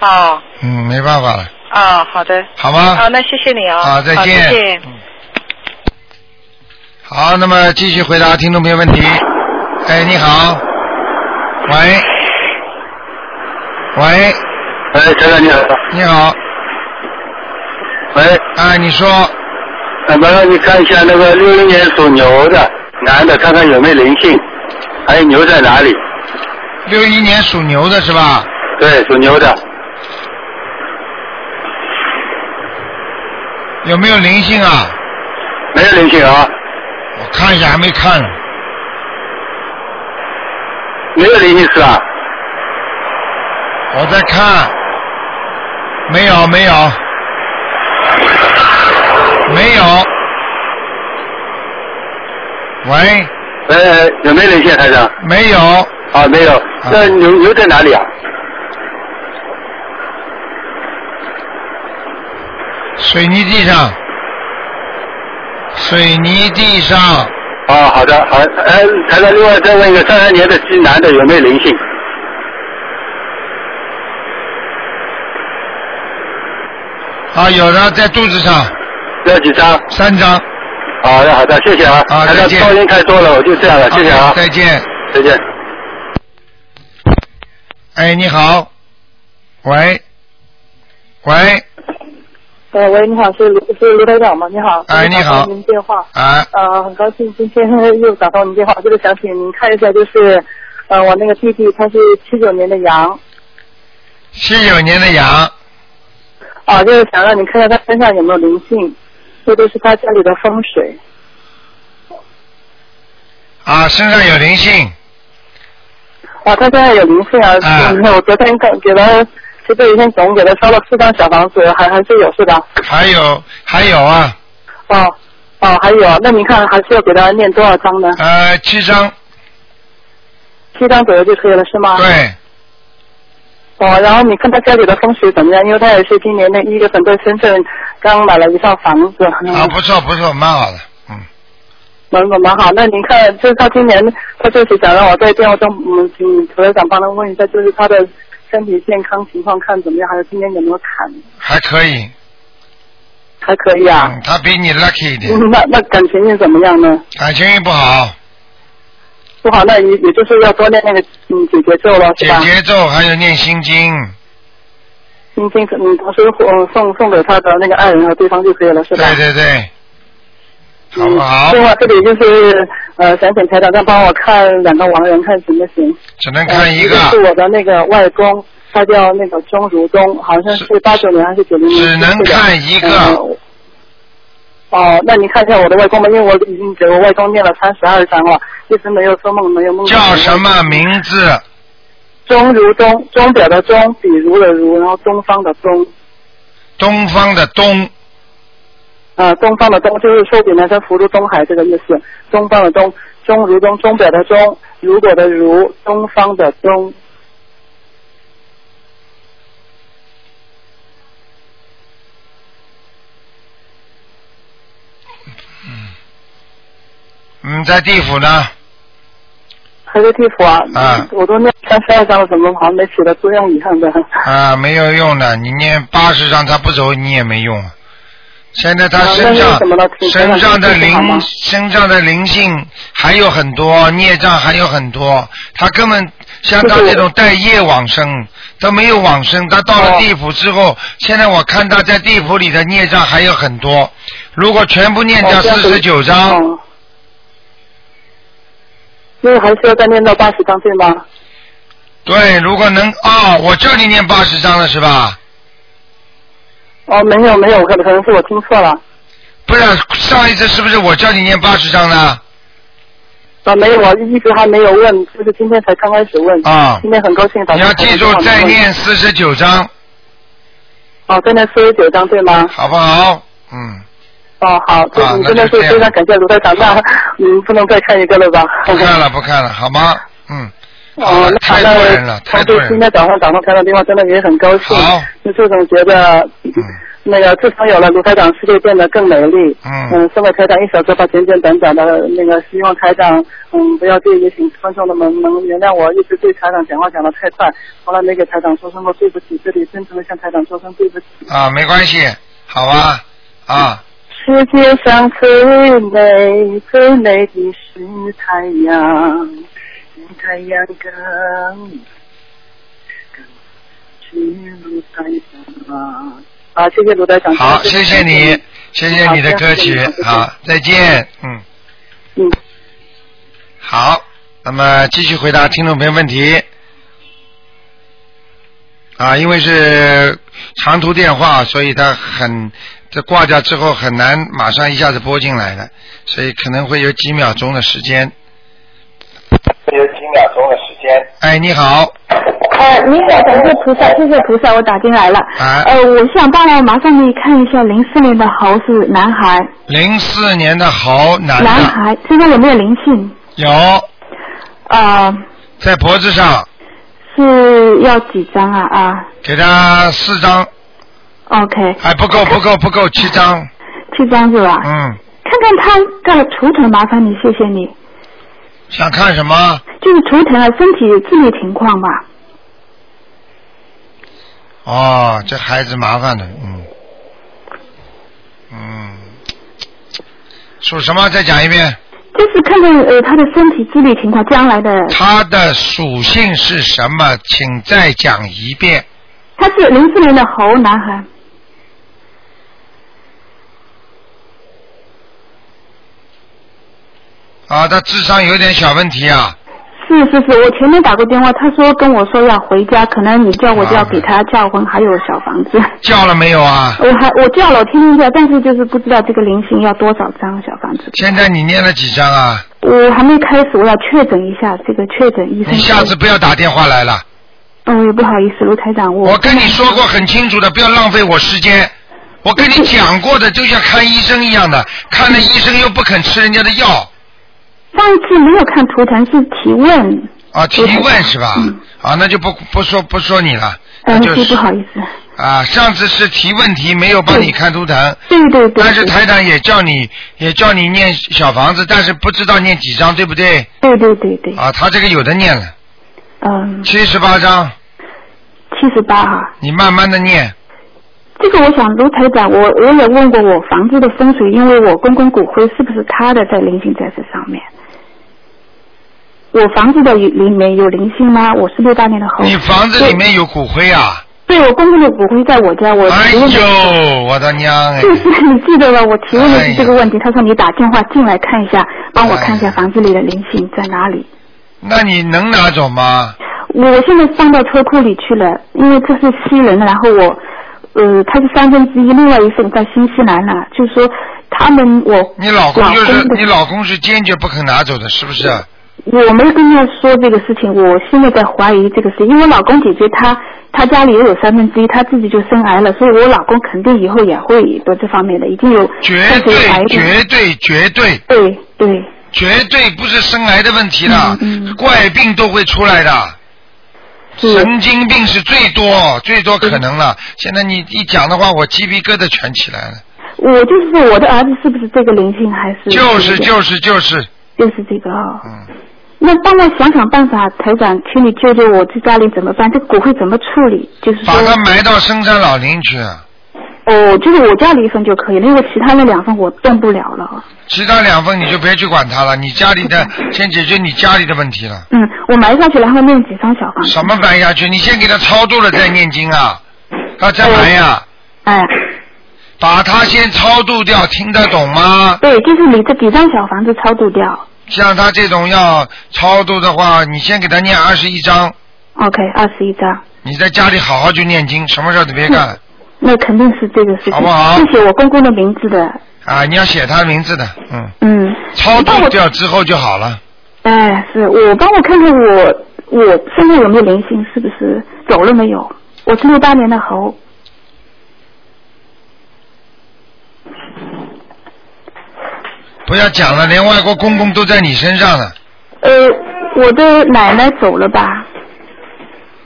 Speaker 8: 哦，
Speaker 1: 嗯，没办法了，
Speaker 8: 哦，好的，
Speaker 1: 好吗？
Speaker 8: 哦，那谢谢你哦，
Speaker 1: 好再见
Speaker 8: 好再见。
Speaker 1: 好，那么继续回答听众朋友问题。哎，你好，喂，喂，
Speaker 6: 喂，哎陈长你好。
Speaker 1: 你好，
Speaker 6: 喂，
Speaker 1: 哎，你说，
Speaker 6: 呃麻烦你看一下那个六零年属牛的男的，看看有没有灵性，还有牛在哪里？
Speaker 1: 六一年属牛的是吧？
Speaker 6: 对，属牛的，
Speaker 1: 有没有灵性啊？
Speaker 6: 没有灵性啊，
Speaker 1: 我看一下，还没看呢。
Speaker 6: 没有灵性是吧？
Speaker 1: 我在看，没有没有没有。喂，
Speaker 6: 呃，有没有灵性，台长？
Speaker 1: 没有
Speaker 6: 啊，没有。那牛牛在哪里啊？
Speaker 1: 水泥地上，水泥地上
Speaker 6: 啊，好的，好。哎，台长，另外再问一个，三三年的鸡男的有没有灵性？
Speaker 1: 啊，有的在肚子上
Speaker 6: 要几张？
Speaker 1: 三张。
Speaker 6: 好的，好的，谢谢啊。
Speaker 1: 啊
Speaker 6: 台
Speaker 1: 再
Speaker 6: 长，
Speaker 1: 见
Speaker 6: 噪音太多了，我就这样了，谢谢啊
Speaker 1: 好，再见。
Speaker 6: 再见。
Speaker 1: 哎，你好，喂，喂，
Speaker 9: 呃，喂，你好，是卢是卢台长吗？你好，
Speaker 1: 哎你好
Speaker 9: 打通您电话，
Speaker 1: 啊，
Speaker 9: 呃，很高兴今天又打通您电话，就是想请您看一下，就是呃，我那个弟弟他是七九年的羊，
Speaker 1: 七九年的羊，
Speaker 9: 啊，就是想让您看看他身上有没有灵性，这都是他家里的风水，
Speaker 1: 啊，身上有灵性，
Speaker 9: 啊，他现在有灵性啊，
Speaker 1: 啊
Speaker 9: 嗯我昨天给给他，就这几天总共给他烧了四张小房子，还还是有是吧？
Speaker 1: 还有还有啊，
Speaker 9: 哦，哦，还有，那您看还需要给他念多少张呢？
Speaker 1: 呃，七张，
Speaker 9: 七张左右就可以了是吗？。
Speaker 1: 对，
Speaker 9: 哦，然后你看他家里的风水怎么样？因为他也是今年的一月份在深圳刚买了一套房子，
Speaker 1: 啊，不错不错，蛮好的，嗯，
Speaker 9: 蛮蛮蛮好。那您看，就是他今年，他就是想让我在电话中，嗯，请主任长帮他问一下，就是他的身体健康情况看怎么样，还有今年有没有砍？
Speaker 1: 还可以，
Speaker 9: 还可以啊。
Speaker 1: 嗯，他比你 lucky 一点，
Speaker 9: 嗯、那那感情运怎么样呢？
Speaker 1: 感情运不好，
Speaker 9: 不好，那也也就是要多练那个嗯解节咒了，是
Speaker 1: 解
Speaker 9: 吧？
Speaker 1: 节奏还有念心经，
Speaker 9: 今天嗯，同时嗯送送给他的那个爱人和啊对方就可以了，是吧？
Speaker 1: 对对对，好不好
Speaker 9: 嗯？另外这里就是呃，想请台长再帮我看两个亡人，看行不行？
Speaker 1: 只能看一
Speaker 9: 呃个
Speaker 6: 哦
Speaker 9: 是
Speaker 1: 个，
Speaker 9: 我的那个外公，他叫那个钟如东，好像是八九年还是九零年去世
Speaker 1: 只
Speaker 9: 的。
Speaker 1: 能看一个
Speaker 9: 呃哦，那你看一下我的外公吧，因为我已经给我外公念了三十二章了，一直没有做梦，没有梦。
Speaker 1: 叫什么？名字？
Speaker 9: 钟如东，钟表的钟，比如的如，然后东方的东，
Speaker 1: 东方的东，
Speaker 9: 呃，东方的东就是寿比南山，福如东海这个意思。东方的东，钟如东，钟表的钟，如果的如，东方的东。
Speaker 1: 嗯，在地府呢，
Speaker 9: 还是地府啊？
Speaker 1: 啊
Speaker 9: 我都念三十二章了，怎么好像没起到作用一样的？
Speaker 1: 啊，没有用的，你念八十张他不走，你也没用。现在他
Speaker 9: 啊
Speaker 1: 身上
Speaker 9: 那念什么呢请台
Speaker 1: 身
Speaker 9: 长
Speaker 1: 上的
Speaker 9: 开示好
Speaker 1: 灵
Speaker 9: 吗
Speaker 1: 身上的灵性还有很多，孽障还有很多，他根本像他
Speaker 9: 就是
Speaker 1: 这种带业往生都没有往生，他到了
Speaker 9: 哦
Speaker 1: 地府之后，现在我看他在地府里的孽障还有很多，如果全部念掉
Speaker 9: 哦这样
Speaker 1: 四
Speaker 9: 子
Speaker 1: 十九章，
Speaker 9: 哦那还需要再念到八十章对吗？
Speaker 1: 对，如果能哦，我叫你念八十章了是吧？
Speaker 9: 哦，没有没有，可能可能是我听错了。
Speaker 1: 不是上一次是不是我叫你念八十章呢？
Speaker 9: 啊，没有，我一直还没有问，就是今天才刚开始问。
Speaker 1: 啊
Speaker 9: 今天很高兴打
Speaker 1: 你
Speaker 9: 通
Speaker 1: 要
Speaker 9: 电话
Speaker 1: 记住再念
Speaker 9: 问
Speaker 1: 四十九章，
Speaker 9: 哦，再念四十九章对吗？
Speaker 1: 好不好？嗯，
Speaker 9: 哦，好，对，
Speaker 1: 啊
Speaker 9: 你
Speaker 1: 那
Speaker 9: 真的
Speaker 1: 就是这样
Speaker 9: 非常感谢卢台长，那嗯，不能再看一个了吧？
Speaker 1: 不看了，不看了，好吗？嗯，
Speaker 9: 哦，那
Speaker 1: 太
Speaker 9: 好
Speaker 1: 多
Speaker 9: 的
Speaker 1: 人了，太
Speaker 9: 他
Speaker 1: 多
Speaker 9: 对
Speaker 1: 人了
Speaker 9: 今天早上打通台长电话，真的也很高兴。
Speaker 1: 好，嗯
Speaker 9: 就这种觉得，那个自从有了卢台长，世界变得更美丽。
Speaker 1: 嗯
Speaker 9: 嗯，送给台长一首歌吧，简简短短的，那个希望台长，嗯，不要介意，请观众的们能原谅我，一直对台长讲话讲的太快，从来没给台长说声过对不起，这里真诚的向台长说声对不起。
Speaker 1: 啊，没关系，好吧？啊，
Speaker 9: 世界上最美最美的是太阳，比太阳更更值得赞赏。啊，谢谢卢台长。
Speaker 1: 好，谢谢你，谢谢你的歌曲
Speaker 9: 好谢谢，
Speaker 1: 好，再见，嗯。
Speaker 9: 嗯。
Speaker 1: 好，那么继续回答听众朋友问题。啊，因为是长途电话，所以他很这挂掉之后很难马上一下子拨进来的，所以可能会有几秒钟的时间。
Speaker 6: 有几秒钟的时间。
Speaker 1: 哎，你好，
Speaker 10: 呃，您好，感谢菩萨，谢谢菩萨，我打进来了。
Speaker 1: 啊
Speaker 10: 呃，我想帮我麻烦你看一下零四年的猴是男孩，
Speaker 1: 零四年的猴男
Speaker 10: 男
Speaker 1: 的
Speaker 10: 孩身上有没有灵性？
Speaker 1: 有
Speaker 3: 嗯
Speaker 10: 呃，
Speaker 1: 在脖子上，
Speaker 10: 是要几张啊？啊
Speaker 1: 给他四张，
Speaker 10: ，OK，
Speaker 1: 哎，不够不够不够，七张，
Speaker 10: 七张是吧？
Speaker 1: 嗯，
Speaker 10: 看看他的图腾，麻烦你，谢谢你。
Speaker 1: 想看什么？
Speaker 10: 就是图腾啊，身体智力情况吧。
Speaker 1: 哦，这孩子麻烦了，嗯，嗯，属什么？再讲一遍，
Speaker 10: 就是看看呃他的身体智力情况，将来的
Speaker 1: 它的属性是什么？请再讲一遍。
Speaker 10: 他是零四年的猴男孩，
Speaker 1: 啊，他智商有点小问题啊，
Speaker 10: 是是是，我前面打过电话，他说跟我说要回家，可能你叫我就要给他叫魂，还有小房子。
Speaker 1: 叫了没有啊？
Speaker 10: 我还我叫了，我听听叫，但是就是不知道这个灵性要多少张小房子。
Speaker 1: 现在你念了几张啊？
Speaker 10: 我还没开始，我要确诊一下这个确诊医生。
Speaker 1: 你下次不要打电话来了。
Speaker 10: 嗯，不好意思，卢台长，我
Speaker 1: 我跟你说过很清楚的，不要浪费我时间。我跟你讲过的，就像看医生一样的，看了医生又不肯吃人家的药
Speaker 10: 上一次没有看图腾，是提问。
Speaker 1: 啊，提问是吧？啊，那就不不说不说你了，那
Speaker 10: 嗯，
Speaker 1: 就
Speaker 10: 对，
Speaker 1: 是
Speaker 10: 不好意思，
Speaker 1: 啊，上次是提问题，没有帮你看图腾。
Speaker 10: 对对对。
Speaker 1: 但是
Speaker 10: 对
Speaker 1: 台长也叫你，也叫你念小房子，但是不知道念几张，对不对？
Speaker 10: 对对对对，
Speaker 1: 啊，他这个有的念了，
Speaker 10: 嗯，
Speaker 1: 七十八张，
Speaker 10: 七十八哈，
Speaker 1: 你慢慢的念。
Speaker 10: 这个我想卢台长，我我也问过我房子的风水，因为我公公骨灰是不是他的在灵性在这上面？我房子的里面有灵性吗？我是六八年的猴。
Speaker 1: 你房子里面有骨灰啊？
Speaker 10: 对，对我公公的骨灰在我家，我
Speaker 1: 哎
Speaker 10: 提问的。
Speaker 1: 呦，我的娘哎
Speaker 10: 就！是你记得了，我提问的
Speaker 1: 哎
Speaker 10: 是
Speaker 1: 呀
Speaker 10: 这个问题。他说你打电话进来看一下，帮我看一下房子里的灵性在哪里。
Speaker 1: 那你能拿走吗？
Speaker 10: 我现在放到车库里去了，因为这是西人，然后我，呃，他是三分之一，另外一份在新西兰了，就是说他们我
Speaker 1: 你老公就是
Speaker 10: 老公的
Speaker 1: 你老公是坚决不肯拿走的，是不是？
Speaker 10: 我没跟他说这个事情，我现在在怀疑这个事，因为我老公姐姐她她家里也有三分之一，她自己就生癌了，所以我老公肯定以后也会得这方面的，已经有
Speaker 1: 绝
Speaker 10: 这些癌
Speaker 1: 对
Speaker 10: 症
Speaker 1: 绝对绝对
Speaker 10: 对对，
Speaker 1: 绝对不是生癌的问题了，
Speaker 10: 嗯嗯
Speaker 1: 怪病都会出来的。
Speaker 10: 是
Speaker 1: 神经病是最多最多可能了。现在你一讲的话，我鸡皮疙瘩全起来了。
Speaker 10: 我就是说我的儿子是不是这个灵性还是
Speaker 1: 就是
Speaker 10: 这个
Speaker 1: 就是就是，
Speaker 10: 就是这个哦。
Speaker 1: 嗯，
Speaker 10: 那帮我想想办法，台长，请你救救我，这家里怎么办？这骨灰怎么处理？就是说
Speaker 1: 把，它埋到深山老林去，
Speaker 10: 哦，就是我家里一份就可以了，因为其他那两份我动不了了。
Speaker 1: 其他两份你就别去管它了。你家里 的先解决你家里的问题了。
Speaker 10: 嗯，我埋下去，然后念几张小房子。
Speaker 1: 什么埋下去？你先给他超度了再念经啊，他再埋呀、
Speaker 10: 哎，
Speaker 1: 把他先超度掉，听得懂吗？
Speaker 10: 对，就是你这几张小房子超度掉。
Speaker 1: 像他这种要超度的话，你先给他念二十一章，
Speaker 10: OK，二十一张，
Speaker 1: 你在家里好好去念经，什么事儿都别干
Speaker 10: 那肯定是这个事情。
Speaker 1: 好不好
Speaker 10: 是写我公公的名字的，
Speaker 1: 啊！你要写他名字的，嗯，
Speaker 10: 嗯。
Speaker 1: 超度掉之后就好了。
Speaker 10: 哎，是我帮我看看我我身上有没有灵性，是不是走了没有？我是六八年的猴，
Speaker 1: 不要讲了，连外国公公都在你身上了，
Speaker 10: 呃，我的奶奶走了吧？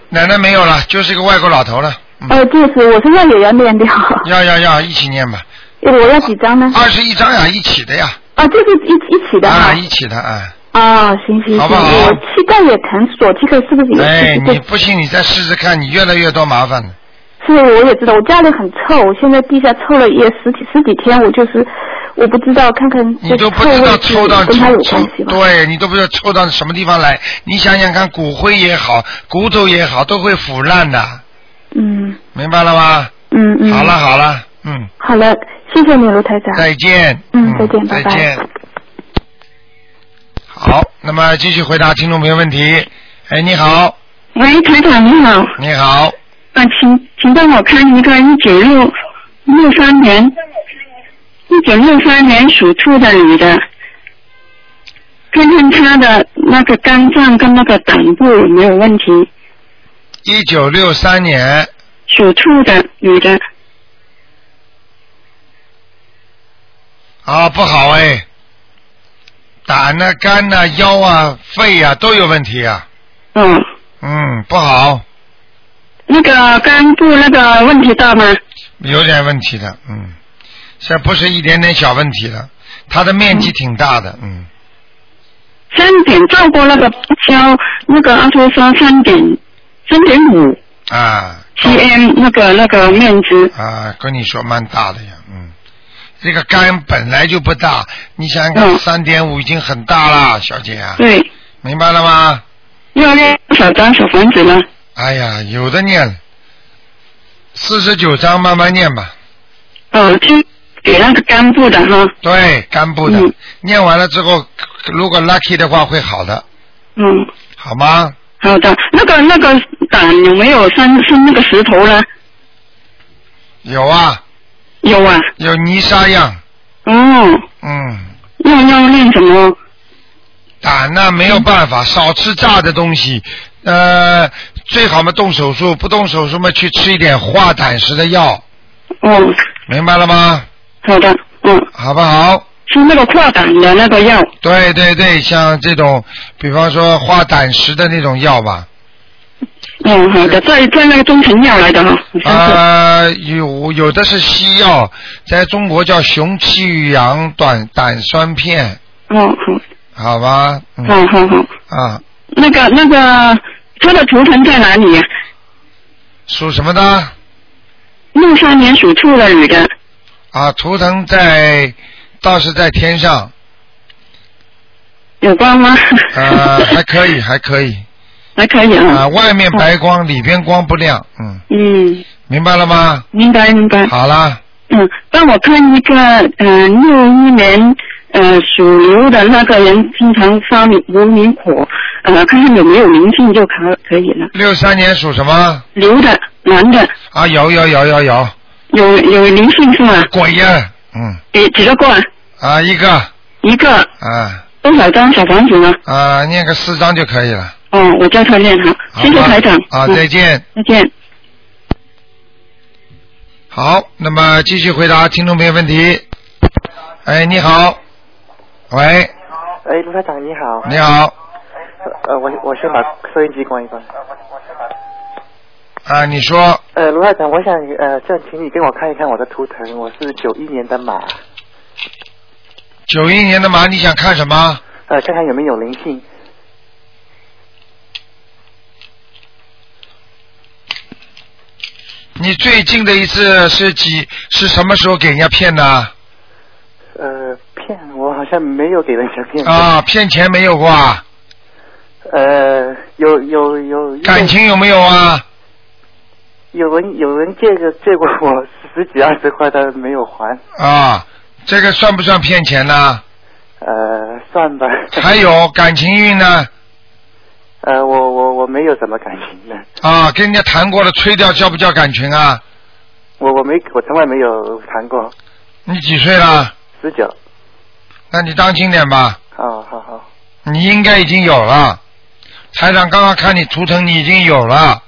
Speaker 1: 奶奶没有了，就是一个外国老头了。
Speaker 10: 呃，就是我身上也要念掉，
Speaker 1: 要要要，一起念吧，
Speaker 10: 我要几张呢？
Speaker 1: 二十一张呀，一起的呀，
Speaker 10: 啊，这是一一起的哈
Speaker 1: 啊，。一起的啊。
Speaker 10: 啊，行行行，
Speaker 1: 好不好
Speaker 10: 我膝盖也疼，左膝盖是不是也
Speaker 1: 哎，
Speaker 10: 是不
Speaker 1: 你不信你再试试看，你越来越多麻 烦了。
Speaker 10: 是，我也知道，我家里很臭，我现在地下臭了也十几十几天，我就是我不知道，看看
Speaker 1: 你
Speaker 10: 这
Speaker 1: 都
Speaker 10: 臭
Speaker 1: 不知道
Speaker 10: 味是
Speaker 1: 抽到
Speaker 10: 跟他有
Speaker 1: 抽
Speaker 10: 关系吗？
Speaker 1: 对你都不知道抽到什么地方来。你想想看，骨灰也好，骨头也好，都会腐烂的，
Speaker 10: 嗯
Speaker 1: 明白了吗？
Speaker 10: 嗯嗯。
Speaker 1: 好了好了，嗯，
Speaker 10: 好了，谢谢你，卢台长。
Speaker 1: 再见。
Speaker 10: 嗯，再见，
Speaker 1: 再
Speaker 10: 拜拜。
Speaker 1: 见。好，那么继续回答听众朋友问题。哎，你好，
Speaker 11: 喂，台长你好，
Speaker 1: 你好，
Speaker 11: 啊，请请帮我看一个一九六六三年，一九六三年属兔的女的，看看她的那个肝脏跟那个胆部有没有问题。
Speaker 1: 一九六三年
Speaker 11: 属兔的女的，
Speaker 1: 啊，不好哎，胆呐、肝呐、腰啊、肺啊都有问题啊。
Speaker 11: 嗯。
Speaker 1: 嗯，不好，
Speaker 11: 那个肝部那个问题大吗？
Speaker 1: 有点问题的，嗯，这不是一点点小问题了，它的面积挺大的，嗯，
Speaker 11: 三点照过那个消那个阿托说三点三点五
Speaker 1: 啊
Speaker 11: cm 那个那个面积，
Speaker 1: 啊，跟你说蛮大的呀，嗯，这个肝本来就不大，你想想看，三点五已经很大了，小姐啊，
Speaker 11: 嗯对，
Speaker 1: 明白了吗？
Speaker 11: 要练多少张小房子呢？
Speaker 1: 哎呀，有的念，四十九章慢慢念吧，
Speaker 11: 哦，就给那个肝部的哈。嗯
Speaker 1: 对，肝部的，念完了之后，如果 lucky 的话会好的，
Speaker 11: 嗯，
Speaker 1: 好吗？
Speaker 11: 好的。那个那个胆有没有生生那个石头呢？
Speaker 1: 有啊，
Speaker 11: 有啊。
Speaker 1: 有泥沙样，
Speaker 11: 哦，
Speaker 1: 嗯。
Speaker 11: 要要练什么？
Speaker 1: 胆呢没有办法，少吃炸的东西，呃，最好嘛动手术，不动手术嘛去吃一点化胆石的药，
Speaker 11: 哦，
Speaker 1: 明白了吗？
Speaker 11: 好的，嗯。
Speaker 1: 好不好？
Speaker 11: 吃那个扩胆的那个药。
Speaker 1: 对对对，像这种，比方说化胆石的那种药吧，
Speaker 11: 嗯，好的，在在那个中成药来的哈。
Speaker 1: 呃，有有的是西药，在中国叫熊气阳短胆酸片，
Speaker 11: 哦，好，
Speaker 1: 好吧？嗯
Speaker 11: 好好好。
Speaker 1: 啊，
Speaker 11: 那个那个，它的图腾在哪里呀、
Speaker 1: 属什么的？
Speaker 11: 六三年属兔的女的，
Speaker 1: 啊，图腾在，倒是在天上，
Speaker 11: 有光吗？
Speaker 1: 呃， 还可以，还可以。
Speaker 11: 还可以啊。
Speaker 1: 啊，外面白光，里边光不亮，嗯，
Speaker 11: 嗯，
Speaker 1: 明白了吗？
Speaker 11: 明白明白。
Speaker 1: 好啦，
Speaker 11: 嗯，帮我看一个，呃，六一年，呃，属牛的那个人经常发明无名火，呃，看看有没有灵性就可可以了。
Speaker 1: 六三年属什么？
Speaker 11: 牛的，男的，
Speaker 1: 啊，有有有有有，
Speaker 11: 有有灵性是吗？
Speaker 1: 鬼呀，嗯，
Speaker 11: 几几个过？
Speaker 1: 啊，一个，
Speaker 11: 一个
Speaker 1: 啊
Speaker 11: 多少张小房子呢？
Speaker 1: 啊，念个四张就可以了。
Speaker 11: 哦，我叫他念哈，
Speaker 1: 好吧
Speaker 11: 谢谢台长。
Speaker 1: 啊，
Speaker 11: 嗯
Speaker 1: 再见。
Speaker 11: 再见。
Speaker 1: 好，那么继续回答听众朋友问题。哎，你好，喂，
Speaker 12: 哎，卢台长你好。
Speaker 1: 你。好，
Speaker 12: 呃，我我先把收音机关一关。
Speaker 1: 啊，你说
Speaker 12: 呃，卢台长，我想呃，这样请你给我看一看我的图腾，我是九一年的马，
Speaker 1: 九一年的马你想看什么？
Speaker 12: 呃，看看有没有灵性。
Speaker 1: 你最近的一次是几？是什么时候给人家骗的？
Speaker 12: 呃，骗我好像没有给人家骗。
Speaker 1: 啊，。骗钱没有过啊？
Speaker 12: 呃，有有有。
Speaker 1: 感情有没有啊？
Speaker 12: 有人有人借个借过我十几二十块，但没有还。
Speaker 1: 啊，这个算不算骗钱呢？
Speaker 12: 呃，算吧。
Speaker 1: 还有感情运呢？
Speaker 12: 呃，我我我没有什么感情的，
Speaker 1: 啊，跟人家谈过了，吹掉叫不叫感情啊？
Speaker 12: 我我没我从来没有谈过。
Speaker 1: 你几岁了？
Speaker 12: 十九。
Speaker 1: 那你当心点吧。
Speaker 12: 哦，好好。
Speaker 1: 你你应该已经有了。台长刚刚看你图腾，你已经有了。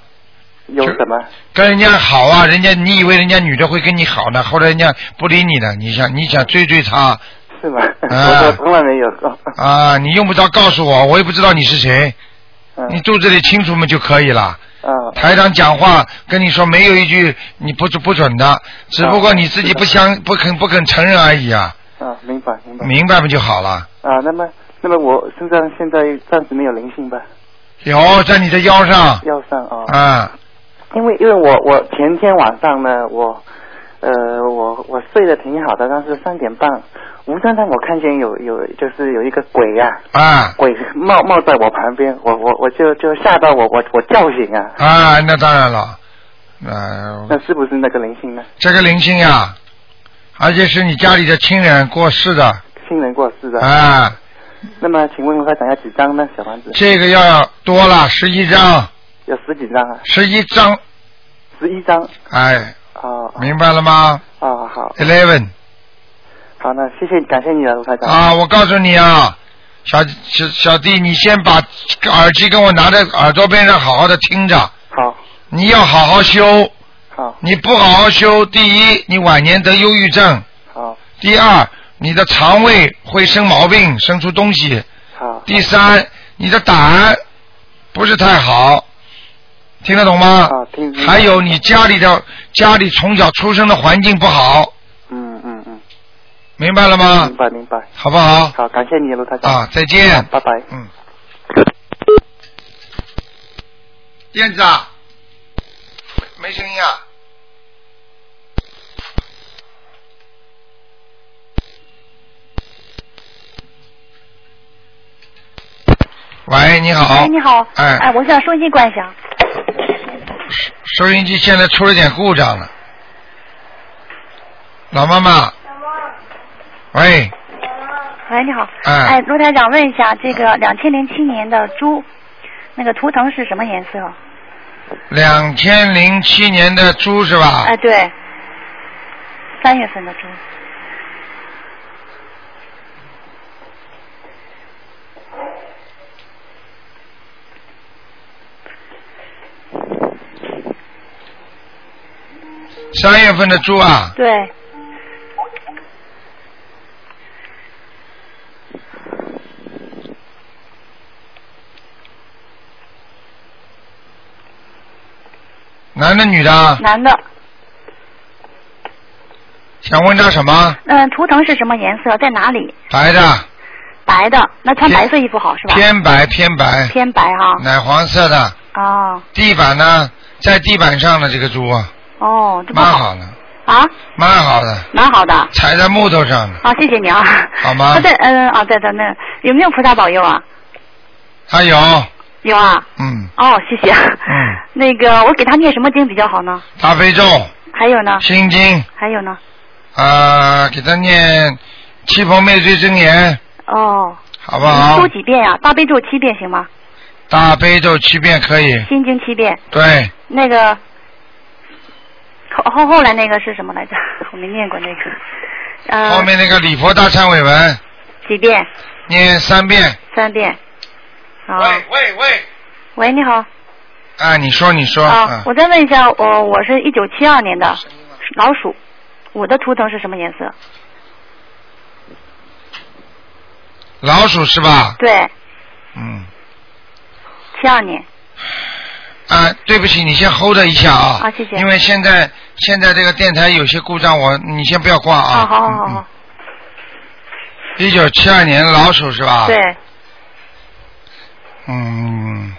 Speaker 12: 有什么？
Speaker 1: 跟人家好啊，人家你以为人家女的会跟你好呢，后来人家不理你了，你想你想追追她
Speaker 12: 是吗？我我从来没有过。
Speaker 1: 啊，你用不着告诉我，我也不知道你是谁，你肚子里清楚嘛就可以了。
Speaker 12: 嗯
Speaker 1: 台长讲话跟你说没有一句你不不准的，只不过你自己不相不肯不肯承认而已啊，
Speaker 12: 啊，明白明白。
Speaker 1: 明白不就好了？
Speaker 12: 啊，那么那么我身上现在暂时没有灵性吧？
Speaker 1: 有哦在你的腰上，
Speaker 12: 腰上啊。
Speaker 1: 啊，
Speaker 12: 因为因为我我前天晚上呢，我呃我我睡得挺好的，但是三点半无端端我看见有有就是有一个鬼呀、
Speaker 1: 啊
Speaker 12: 鬼冒冒在我旁边，我我我就就吓到我我我叫醒啊，
Speaker 1: 啊，那当然了，呃，
Speaker 12: 那是不是那个灵性呢？
Speaker 1: 这个灵性呀、而且是你家里的亲人过世的
Speaker 12: 亲人过世的。
Speaker 1: 啊，
Speaker 12: 那么请问他想要几张呢？小房子
Speaker 1: 这个要多了十一张，
Speaker 12: 有十几张啊？
Speaker 1: 十一张，
Speaker 12: 十一张
Speaker 1: 哎，
Speaker 12: 哦
Speaker 1: 明白了吗
Speaker 12: 哦好
Speaker 1: ？Eleven
Speaker 12: 好，那谢谢感谢你了，卢台长。
Speaker 1: 啊，我告诉你啊，小小小弟，你先把耳机跟我拿在耳朵边上，好好的听着。
Speaker 12: 好。
Speaker 1: 你要好好修。
Speaker 12: 好。
Speaker 1: 你不好好修，第一，你晚年得忧郁症。
Speaker 12: 好。
Speaker 1: 第二，你的肠胃会生毛病，生出东西。
Speaker 12: 好。
Speaker 1: 第三，你的胆不是太好，听得懂吗？
Speaker 12: 啊，听。
Speaker 1: 还有你家里的家里从小出生的环境不好，
Speaker 12: 嗯嗯嗯，
Speaker 1: 明白了吗？
Speaker 12: 明白明白，
Speaker 1: 好不好？
Speaker 12: 好，感谢你，卢台长。
Speaker 1: 啊，再见
Speaker 12: 好拜拜。
Speaker 1: 嗯。燕子啊，没声音啊。喂，你好。
Speaker 13: 哎，你好。
Speaker 1: 哎
Speaker 13: 哎，我想收音机关一下。
Speaker 1: 收音机现在出了点故障了。老妈妈。喂，
Speaker 13: 喂，你好。
Speaker 1: 哎
Speaker 13: 哎，卢台长，问一下，这个两千零七年的猪，那个图腾是什么颜色？
Speaker 1: 两千零七年的猪是吧？
Speaker 13: 哎，对，三月份的猪。
Speaker 1: 三月份的猪啊，
Speaker 13: 对，
Speaker 1: 男的女的啊？
Speaker 13: 男的。
Speaker 1: 想问他什么？
Speaker 13: 嗯，图腾是什么颜色？在哪里？
Speaker 1: 白的，
Speaker 13: 白的，那穿白色衣服好是吧？
Speaker 1: 偏白偏白，
Speaker 13: 偏白哈、
Speaker 1: 奶黄色的。
Speaker 13: 哦
Speaker 1: 地板呢，在地板上的这个猪啊，
Speaker 13: 哦，这不
Speaker 1: 蛮
Speaker 13: 好
Speaker 1: 好的，
Speaker 13: 啊，
Speaker 1: 蛮好的，
Speaker 13: 蛮好的。
Speaker 1: 踩在木头上的，
Speaker 13: 好、谢谢你啊。
Speaker 1: 好吗
Speaker 13: 他？在嗯哦，在在那有没有菩萨保佑啊？
Speaker 1: 还有，
Speaker 13: 有啊。
Speaker 1: 嗯
Speaker 13: 哦，谢 谢。
Speaker 1: 嗯，
Speaker 13: 那个，我给他念什么经比较好呢？
Speaker 1: 大悲咒、
Speaker 13: 还有呢？
Speaker 1: 心经
Speaker 13: 还有呢？
Speaker 1: 啊、给他念七佛灭罪真言，
Speaker 13: 哦，
Speaker 1: 好不好
Speaker 13: 你？读几遍呀、大悲咒七遍行吗？
Speaker 1: 大悲咒七遍可以，
Speaker 13: 心经七遍，
Speaker 1: 对，
Speaker 13: 那个后后后来那个是什么来着？ 我没念过那个。呃，
Speaker 1: 后面那个礼佛大忏悔文
Speaker 13: 几遍？
Speaker 1: 念三遍。
Speaker 13: 三遍。啊、
Speaker 1: 喂喂。
Speaker 13: 喂，你好。
Speaker 1: 啊，你说你说，
Speaker 13: 啊，
Speaker 1: 啊，
Speaker 13: 我再问一下，我、我是一九七二年的老鼠，我的图腾是什么颜色？
Speaker 1: 啊老鼠是吧？
Speaker 13: 对，
Speaker 1: 嗯，
Speaker 13: 七二年。
Speaker 1: 啊，对不起，你先 hold 一下啊，
Speaker 13: 啊谢谢
Speaker 1: 因为现在现在这个电台有些故障，我你先不要挂
Speaker 13: 啊，
Speaker 1: 啊。
Speaker 13: 好好好好，
Speaker 1: 一九七二年老鼠是吧？
Speaker 13: 对。，
Speaker 1: 嗯，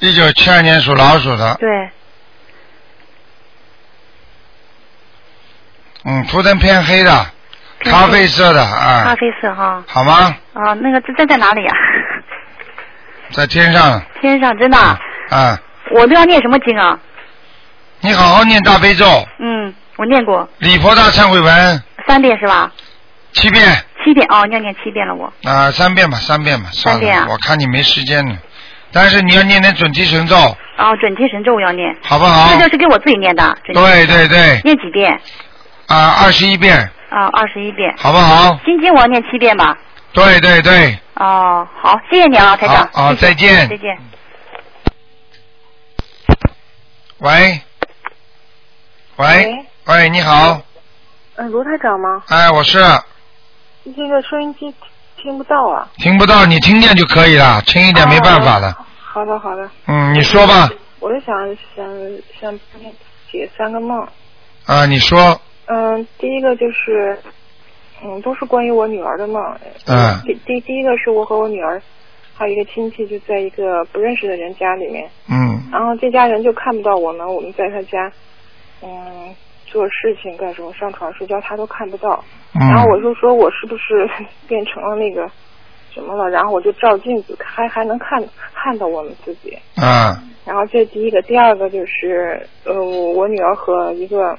Speaker 1: 一九七二年属老鼠的，
Speaker 13: 对，
Speaker 1: 嗯，图腾偏黑的，
Speaker 13: 偏黑
Speaker 1: 咖啡色的
Speaker 13: 咖
Speaker 1: 啊，
Speaker 13: 啡色哈。
Speaker 1: 好吗？
Speaker 13: 啊，那个这这在哪里呀、
Speaker 1: 在天上
Speaker 13: 天上真的啊，
Speaker 1: 啊，
Speaker 13: 我都要念什么经啊？
Speaker 1: 你好好念大悲咒、
Speaker 13: 嗯，我念过
Speaker 1: 礼佛大忏悔文
Speaker 13: 三遍是吧？
Speaker 1: 七遍
Speaker 13: 七遍哦，要念七遍了我。
Speaker 1: 啊，三遍吧，三遍吧，算了，
Speaker 13: 三遍啊
Speaker 1: 我看你没时间了，但是你要念点准提神咒，
Speaker 13: 哦，准提神咒我要念。
Speaker 1: 好不好
Speaker 13: 这就是给我自己念的。准提神咒
Speaker 1: 对对对
Speaker 13: 念几遍？
Speaker 1: 啊，二十一遍，
Speaker 13: 啊，二十一遍。
Speaker 1: 好不
Speaker 14: 嗯
Speaker 1: 好？
Speaker 13: 心经我要念七遍吧。
Speaker 1: 对对对，
Speaker 13: 哦，好，谢谢你啊，台长。
Speaker 1: 好好
Speaker 13: 谢谢
Speaker 1: 再
Speaker 13: 嗯
Speaker 1: 见
Speaker 13: 再见。
Speaker 1: 喂，喂，喂，你好，
Speaker 14: 哎嗯，卢台长吗？
Speaker 1: 哎，我是
Speaker 14: 这个收音机听不到啊。
Speaker 1: 听不到，你听见就可以了，轻一
Speaker 14: 哦
Speaker 1: 点没办法的。
Speaker 14: 好的，好的。
Speaker 1: 嗯，你说吧，
Speaker 14: 我就想想想解三个梦。
Speaker 1: 啊，你说，
Speaker 14: 嗯，第一个就是，嗯，都是关于我女儿的梦。
Speaker 1: 嗯
Speaker 14: 第第第一个是我和我女儿，还有一个亲戚就在一个不认识的人家里面，
Speaker 1: 嗯
Speaker 14: 然后这家人就看不到我们，我们在他家，嗯，做事情干什么，上床睡觉，他都看不到。
Speaker 1: 嗯
Speaker 14: 然后我就说我是不是 变成了那个什么了？然后我就照镜子，还还能看看到我们自己。
Speaker 1: 啊，
Speaker 14: 然后这第一个，第二个就是呃，我我女儿和一个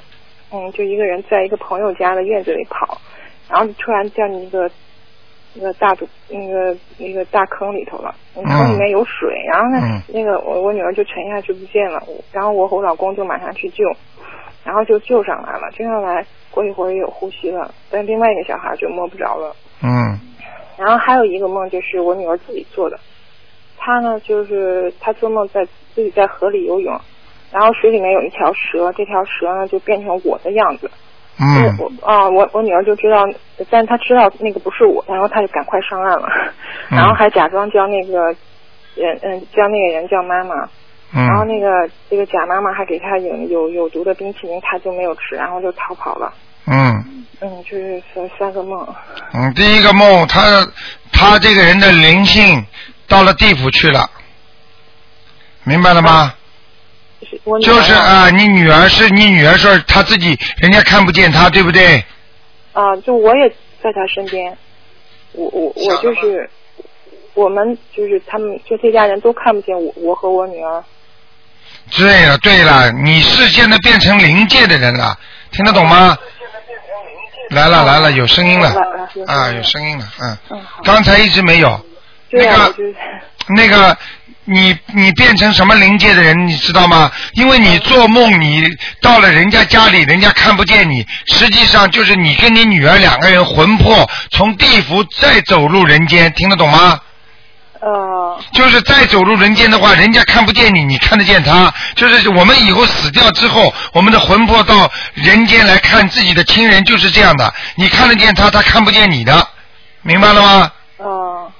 Speaker 14: 嗯，就一个人在一个朋友家的院子里跑，然后突然掉进一个那个大土那个那个大坑里头了，
Speaker 1: 嗯
Speaker 14: 坑里面有水，然后呢，
Speaker 1: 嗯
Speaker 14: 那个我我女儿就沉下去不见了，我然后我和我老公就马上去救，然后就救上来了，救上来过一会儿也有呼吸了，但另外一个小孩就摸不着了。
Speaker 1: 嗯
Speaker 14: 然后还有一个梦就是我女儿自己做的，她呢就是她做梦在自己在河里游泳，然后水里面有一条蛇，这条蛇呢就变成我的样子，
Speaker 1: 嗯
Speaker 14: 我啊我我女儿就知道，但是她知道那个不是我，然后她就赶快上岸了，
Speaker 1: 嗯
Speaker 14: 然后还假装叫那个人嗯叫那个人叫妈妈，然
Speaker 1: 嗯
Speaker 14: 后哦那个这个假妈妈还给她有有有毒的冰淇淋，她就没有吃，然后就逃跑了。
Speaker 1: 嗯
Speaker 14: 嗯，就是三三个梦。
Speaker 1: 嗯，第一个梦，他他这个人的灵性到了地府去了，明白了吗？
Speaker 14: 哦我女儿
Speaker 1: 就是
Speaker 14: 啊
Speaker 1: 啊，你女儿是你女儿说她自己，人家看不见她，对不对？
Speaker 14: 啊，就我也在他身边，我我我就是，我们就是他们就这家人都看不见我我和我女儿。
Speaker 1: 对了啊对了，你是现在变成灵界的人了，听得懂吗？来了来了，有声音了
Speaker 14: 来了有声音了
Speaker 1: 啊，有声音了，嗯，刚才一直没有。
Speaker 14: 对
Speaker 1: 那
Speaker 14: 啊，
Speaker 1: 个
Speaker 14: 我就是
Speaker 1: 那个，你你变成什么灵界的人，你知道吗？因为你做梦，你到了人家家里，人家看不见你，实际上就是你跟你女儿两个人魂魄从地府再走入人间，听得懂吗？
Speaker 14: 呃，
Speaker 1: 就是再走入人间的话，人家看不见你，你看得见他。就是我们以后死掉之后，我们的魂魄到人间来看自己的亲人，就是这样的。你看得见他，他看不见你的，明白了吗？
Speaker 14: 嗯，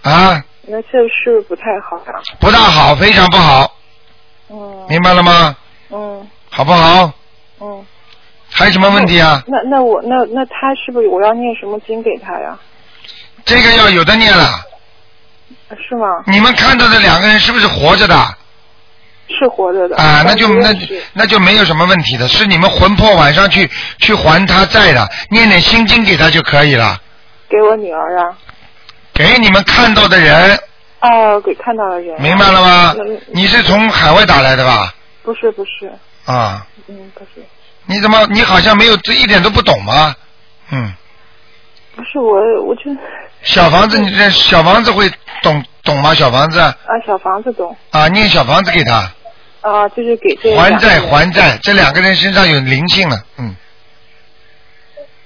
Speaker 1: 啊，
Speaker 14: 那这是不是不太好啊？
Speaker 1: 不大好，非常不好，
Speaker 14: 嗯
Speaker 1: 明白了吗？
Speaker 14: 嗯
Speaker 1: 好不好？
Speaker 14: 嗯。
Speaker 1: 还有什么问题啊？
Speaker 14: 那那我那那他是不是我要念什么经给他呀？
Speaker 1: 这个要有的念了。
Speaker 14: 是吗？
Speaker 1: 你们看到的两个人是不是活着的？
Speaker 14: 是活着的
Speaker 1: 啊，那
Speaker 14: 但
Speaker 1: 就
Speaker 14: 不
Speaker 1: 那
Speaker 14: 认
Speaker 1: 就
Speaker 14: 识
Speaker 1: 那就没有什么问题的，是你们魂魄晚上去去还他债的，念点心经给他就可以了。
Speaker 14: 给我女儿啊。
Speaker 1: 给你们看到的人，
Speaker 14: 哦，给看到的人啊。
Speaker 1: 明白了吗
Speaker 14: 那？
Speaker 1: 你是从海外打来的吧？
Speaker 14: 不是不是，
Speaker 1: 啊，
Speaker 14: 嗯不是。
Speaker 1: 你怎么你好像没有这一点都不懂吗？
Speaker 14: 不是我，我就啊
Speaker 1: 小房子，你这小房子会懂懂吗？小房子
Speaker 14: 啊，小房子懂
Speaker 1: 啊，念小房子给他
Speaker 14: 啊，就是给这
Speaker 1: 还
Speaker 14: 两个
Speaker 1: 债
Speaker 14: 人
Speaker 1: 还债，这两个人身上有灵性了，嗯。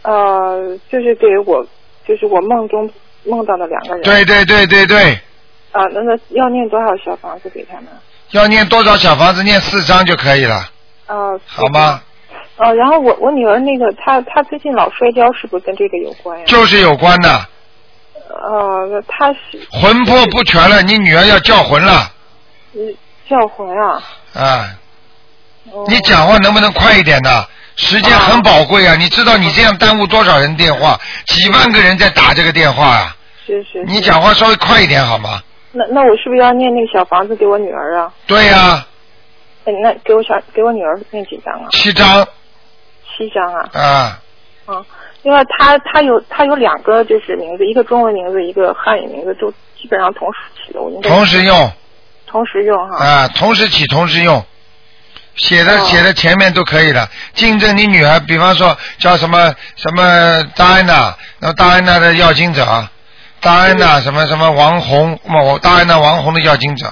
Speaker 14: 呃，就是给我，就是我梦中梦到的两个人。
Speaker 1: 对对对对对，
Speaker 14: 啊，那那要念多少小房子给他们？
Speaker 1: 要念多少小房子？念四张就可以了，
Speaker 14: 啊，
Speaker 1: 好吗？
Speaker 14: 哦、然后我我女儿那个，她她最近老摔跤，是不是跟这个有关呀？
Speaker 1: 就是有关的，
Speaker 14: 呃，那她是
Speaker 1: 魂魄不全了，你女儿要叫魂了
Speaker 14: 嗯叫魂啊。
Speaker 1: 啊！
Speaker 14: 哦
Speaker 1: 你讲话能不能快一点呢？时间很宝贵啊！你知道你这样耽误多少人电话？几万个人在打这个电话啊！
Speaker 14: 是是。
Speaker 1: 你
Speaker 14: 是
Speaker 1: 讲话稍微快一点好吗？
Speaker 14: 那那我是不是要念那个小房子给我女儿啊？
Speaker 1: 对呀、
Speaker 14: 哎，那给我小给我女儿念几张啊？
Speaker 1: 七张
Speaker 14: 七张啊。
Speaker 1: 啊，
Speaker 14: 啊，因为他他有他有两个就是名字，一个中文名字，一个汉语名字，都基本上同时起的，我应该
Speaker 1: 同时用
Speaker 14: 同时用哈。
Speaker 1: 啊，同时起同时用，写的
Speaker 14: 哦
Speaker 1: 写的前面都可以的。竞争你女儿，比方说叫什么什么戴安娜，然后戴安娜的要经者，戴安娜什么什么王红，我戴安娜王红的要经者，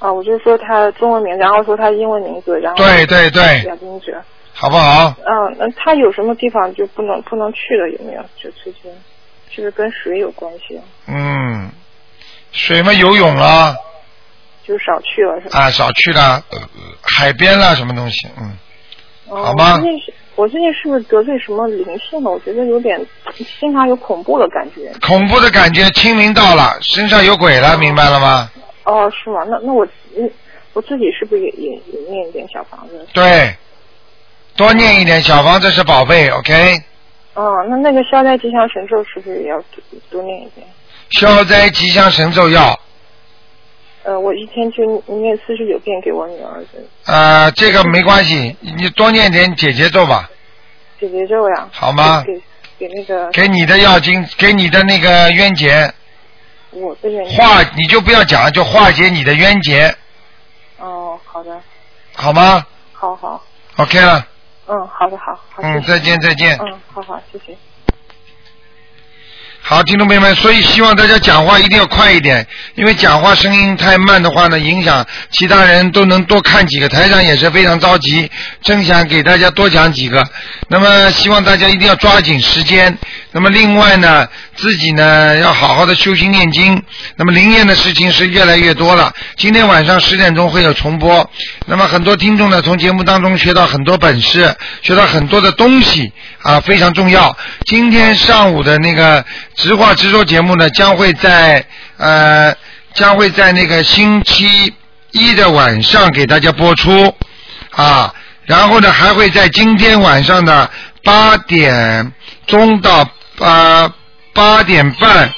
Speaker 14: 啊，我就说他中文名，然后说他英文名字，然后
Speaker 1: 对对对
Speaker 14: 雅金哲
Speaker 1: 好不好？
Speaker 14: 嗯，那他有什么地方就不能不能去的有没有？就最近是不是跟水有关系啊？
Speaker 1: 嗯，水嘛游泳啦，
Speaker 14: 就少去了是吧？
Speaker 1: 啊少去啦，呃海边啦什么东西，嗯，
Speaker 14: 嗯
Speaker 1: 好吗
Speaker 14: 我最近是，我最近是不是得罪什么灵性了？我觉得有点经常有恐怖的感觉。
Speaker 1: 恐怖的感觉，清明到了，身上有鬼了，明白了吗？
Speaker 14: 哦，是吗？那那我嗯，我自己是不是也也也念一点小房子？
Speaker 1: 对，多念一点小房子是宝贝，OK。
Speaker 14: 哦，那那个消灾吉祥神咒是不是也要多多念一点？
Speaker 1: 消灾吉祥神咒要，
Speaker 14: 呃，我一天就念四十九遍给我女儿的
Speaker 1: 呃，这个没关系，你多念点姐姐咒吧，
Speaker 14: 姐姐咒呀。
Speaker 1: 好吗
Speaker 14: 给给给那个
Speaker 1: 给你的要经，给你的那个冤结
Speaker 14: 我的人
Speaker 1: 化，你就不要讲，就化解你的冤结，
Speaker 14: 哦，好的，
Speaker 1: 好吗
Speaker 14: 好好，
Speaker 1: ？OK 了，
Speaker 14: 嗯，好的，好，好
Speaker 1: 嗯
Speaker 14: 谢谢
Speaker 1: 再见再见
Speaker 14: 嗯，好好，谢谢。
Speaker 1: 好，听众朋友们，所以希望大家讲话一定要快一点，因为讲话声音太慢的话呢，影响其他人都能多看几个。台上也是非常着急，正想给大家多讲几个。那么希望大家一定要抓紧时间。那么另外呢，自己呢要好好的修心念经。那么灵验的事情是越来越多了。今天晚上十点钟会有重播。那么很多听众呢，从节目当中学到很多本事，学到很多的东西啊，非常重要。今天上午的那个直话直说节目呢，将会在呃将会在那个星期一的晚上给大家播出啊，然后呢还会在今天晚上的八点钟到呃八点半。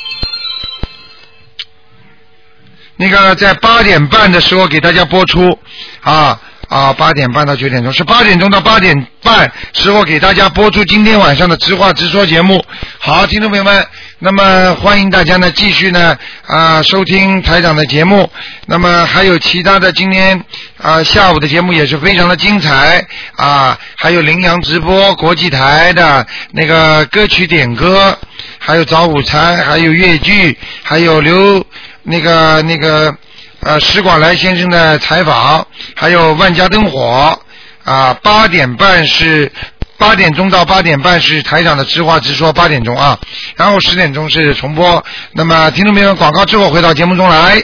Speaker 1: 那个在八点半的时候给大家播出，啊啊，八点半到九点钟是八点钟到八点半时候给大家播出今天晚上的直话直说节目。好，听众朋友们，那么欢迎大家呢继续呢啊收听台长的节目，那么还有其他的今天啊下午的节目也是非常的精彩啊，还有羚羊直播国际台的那个歌曲点歌，还有早午餐，还有粤剧，还有刘。那个那个呃石广来先生的采访，还有万家灯火啊，八点半是八点钟到八点半是台长的直话直说八点钟啊，然后十点钟是重播。那么听众朋友们，广告之后回到节目中来。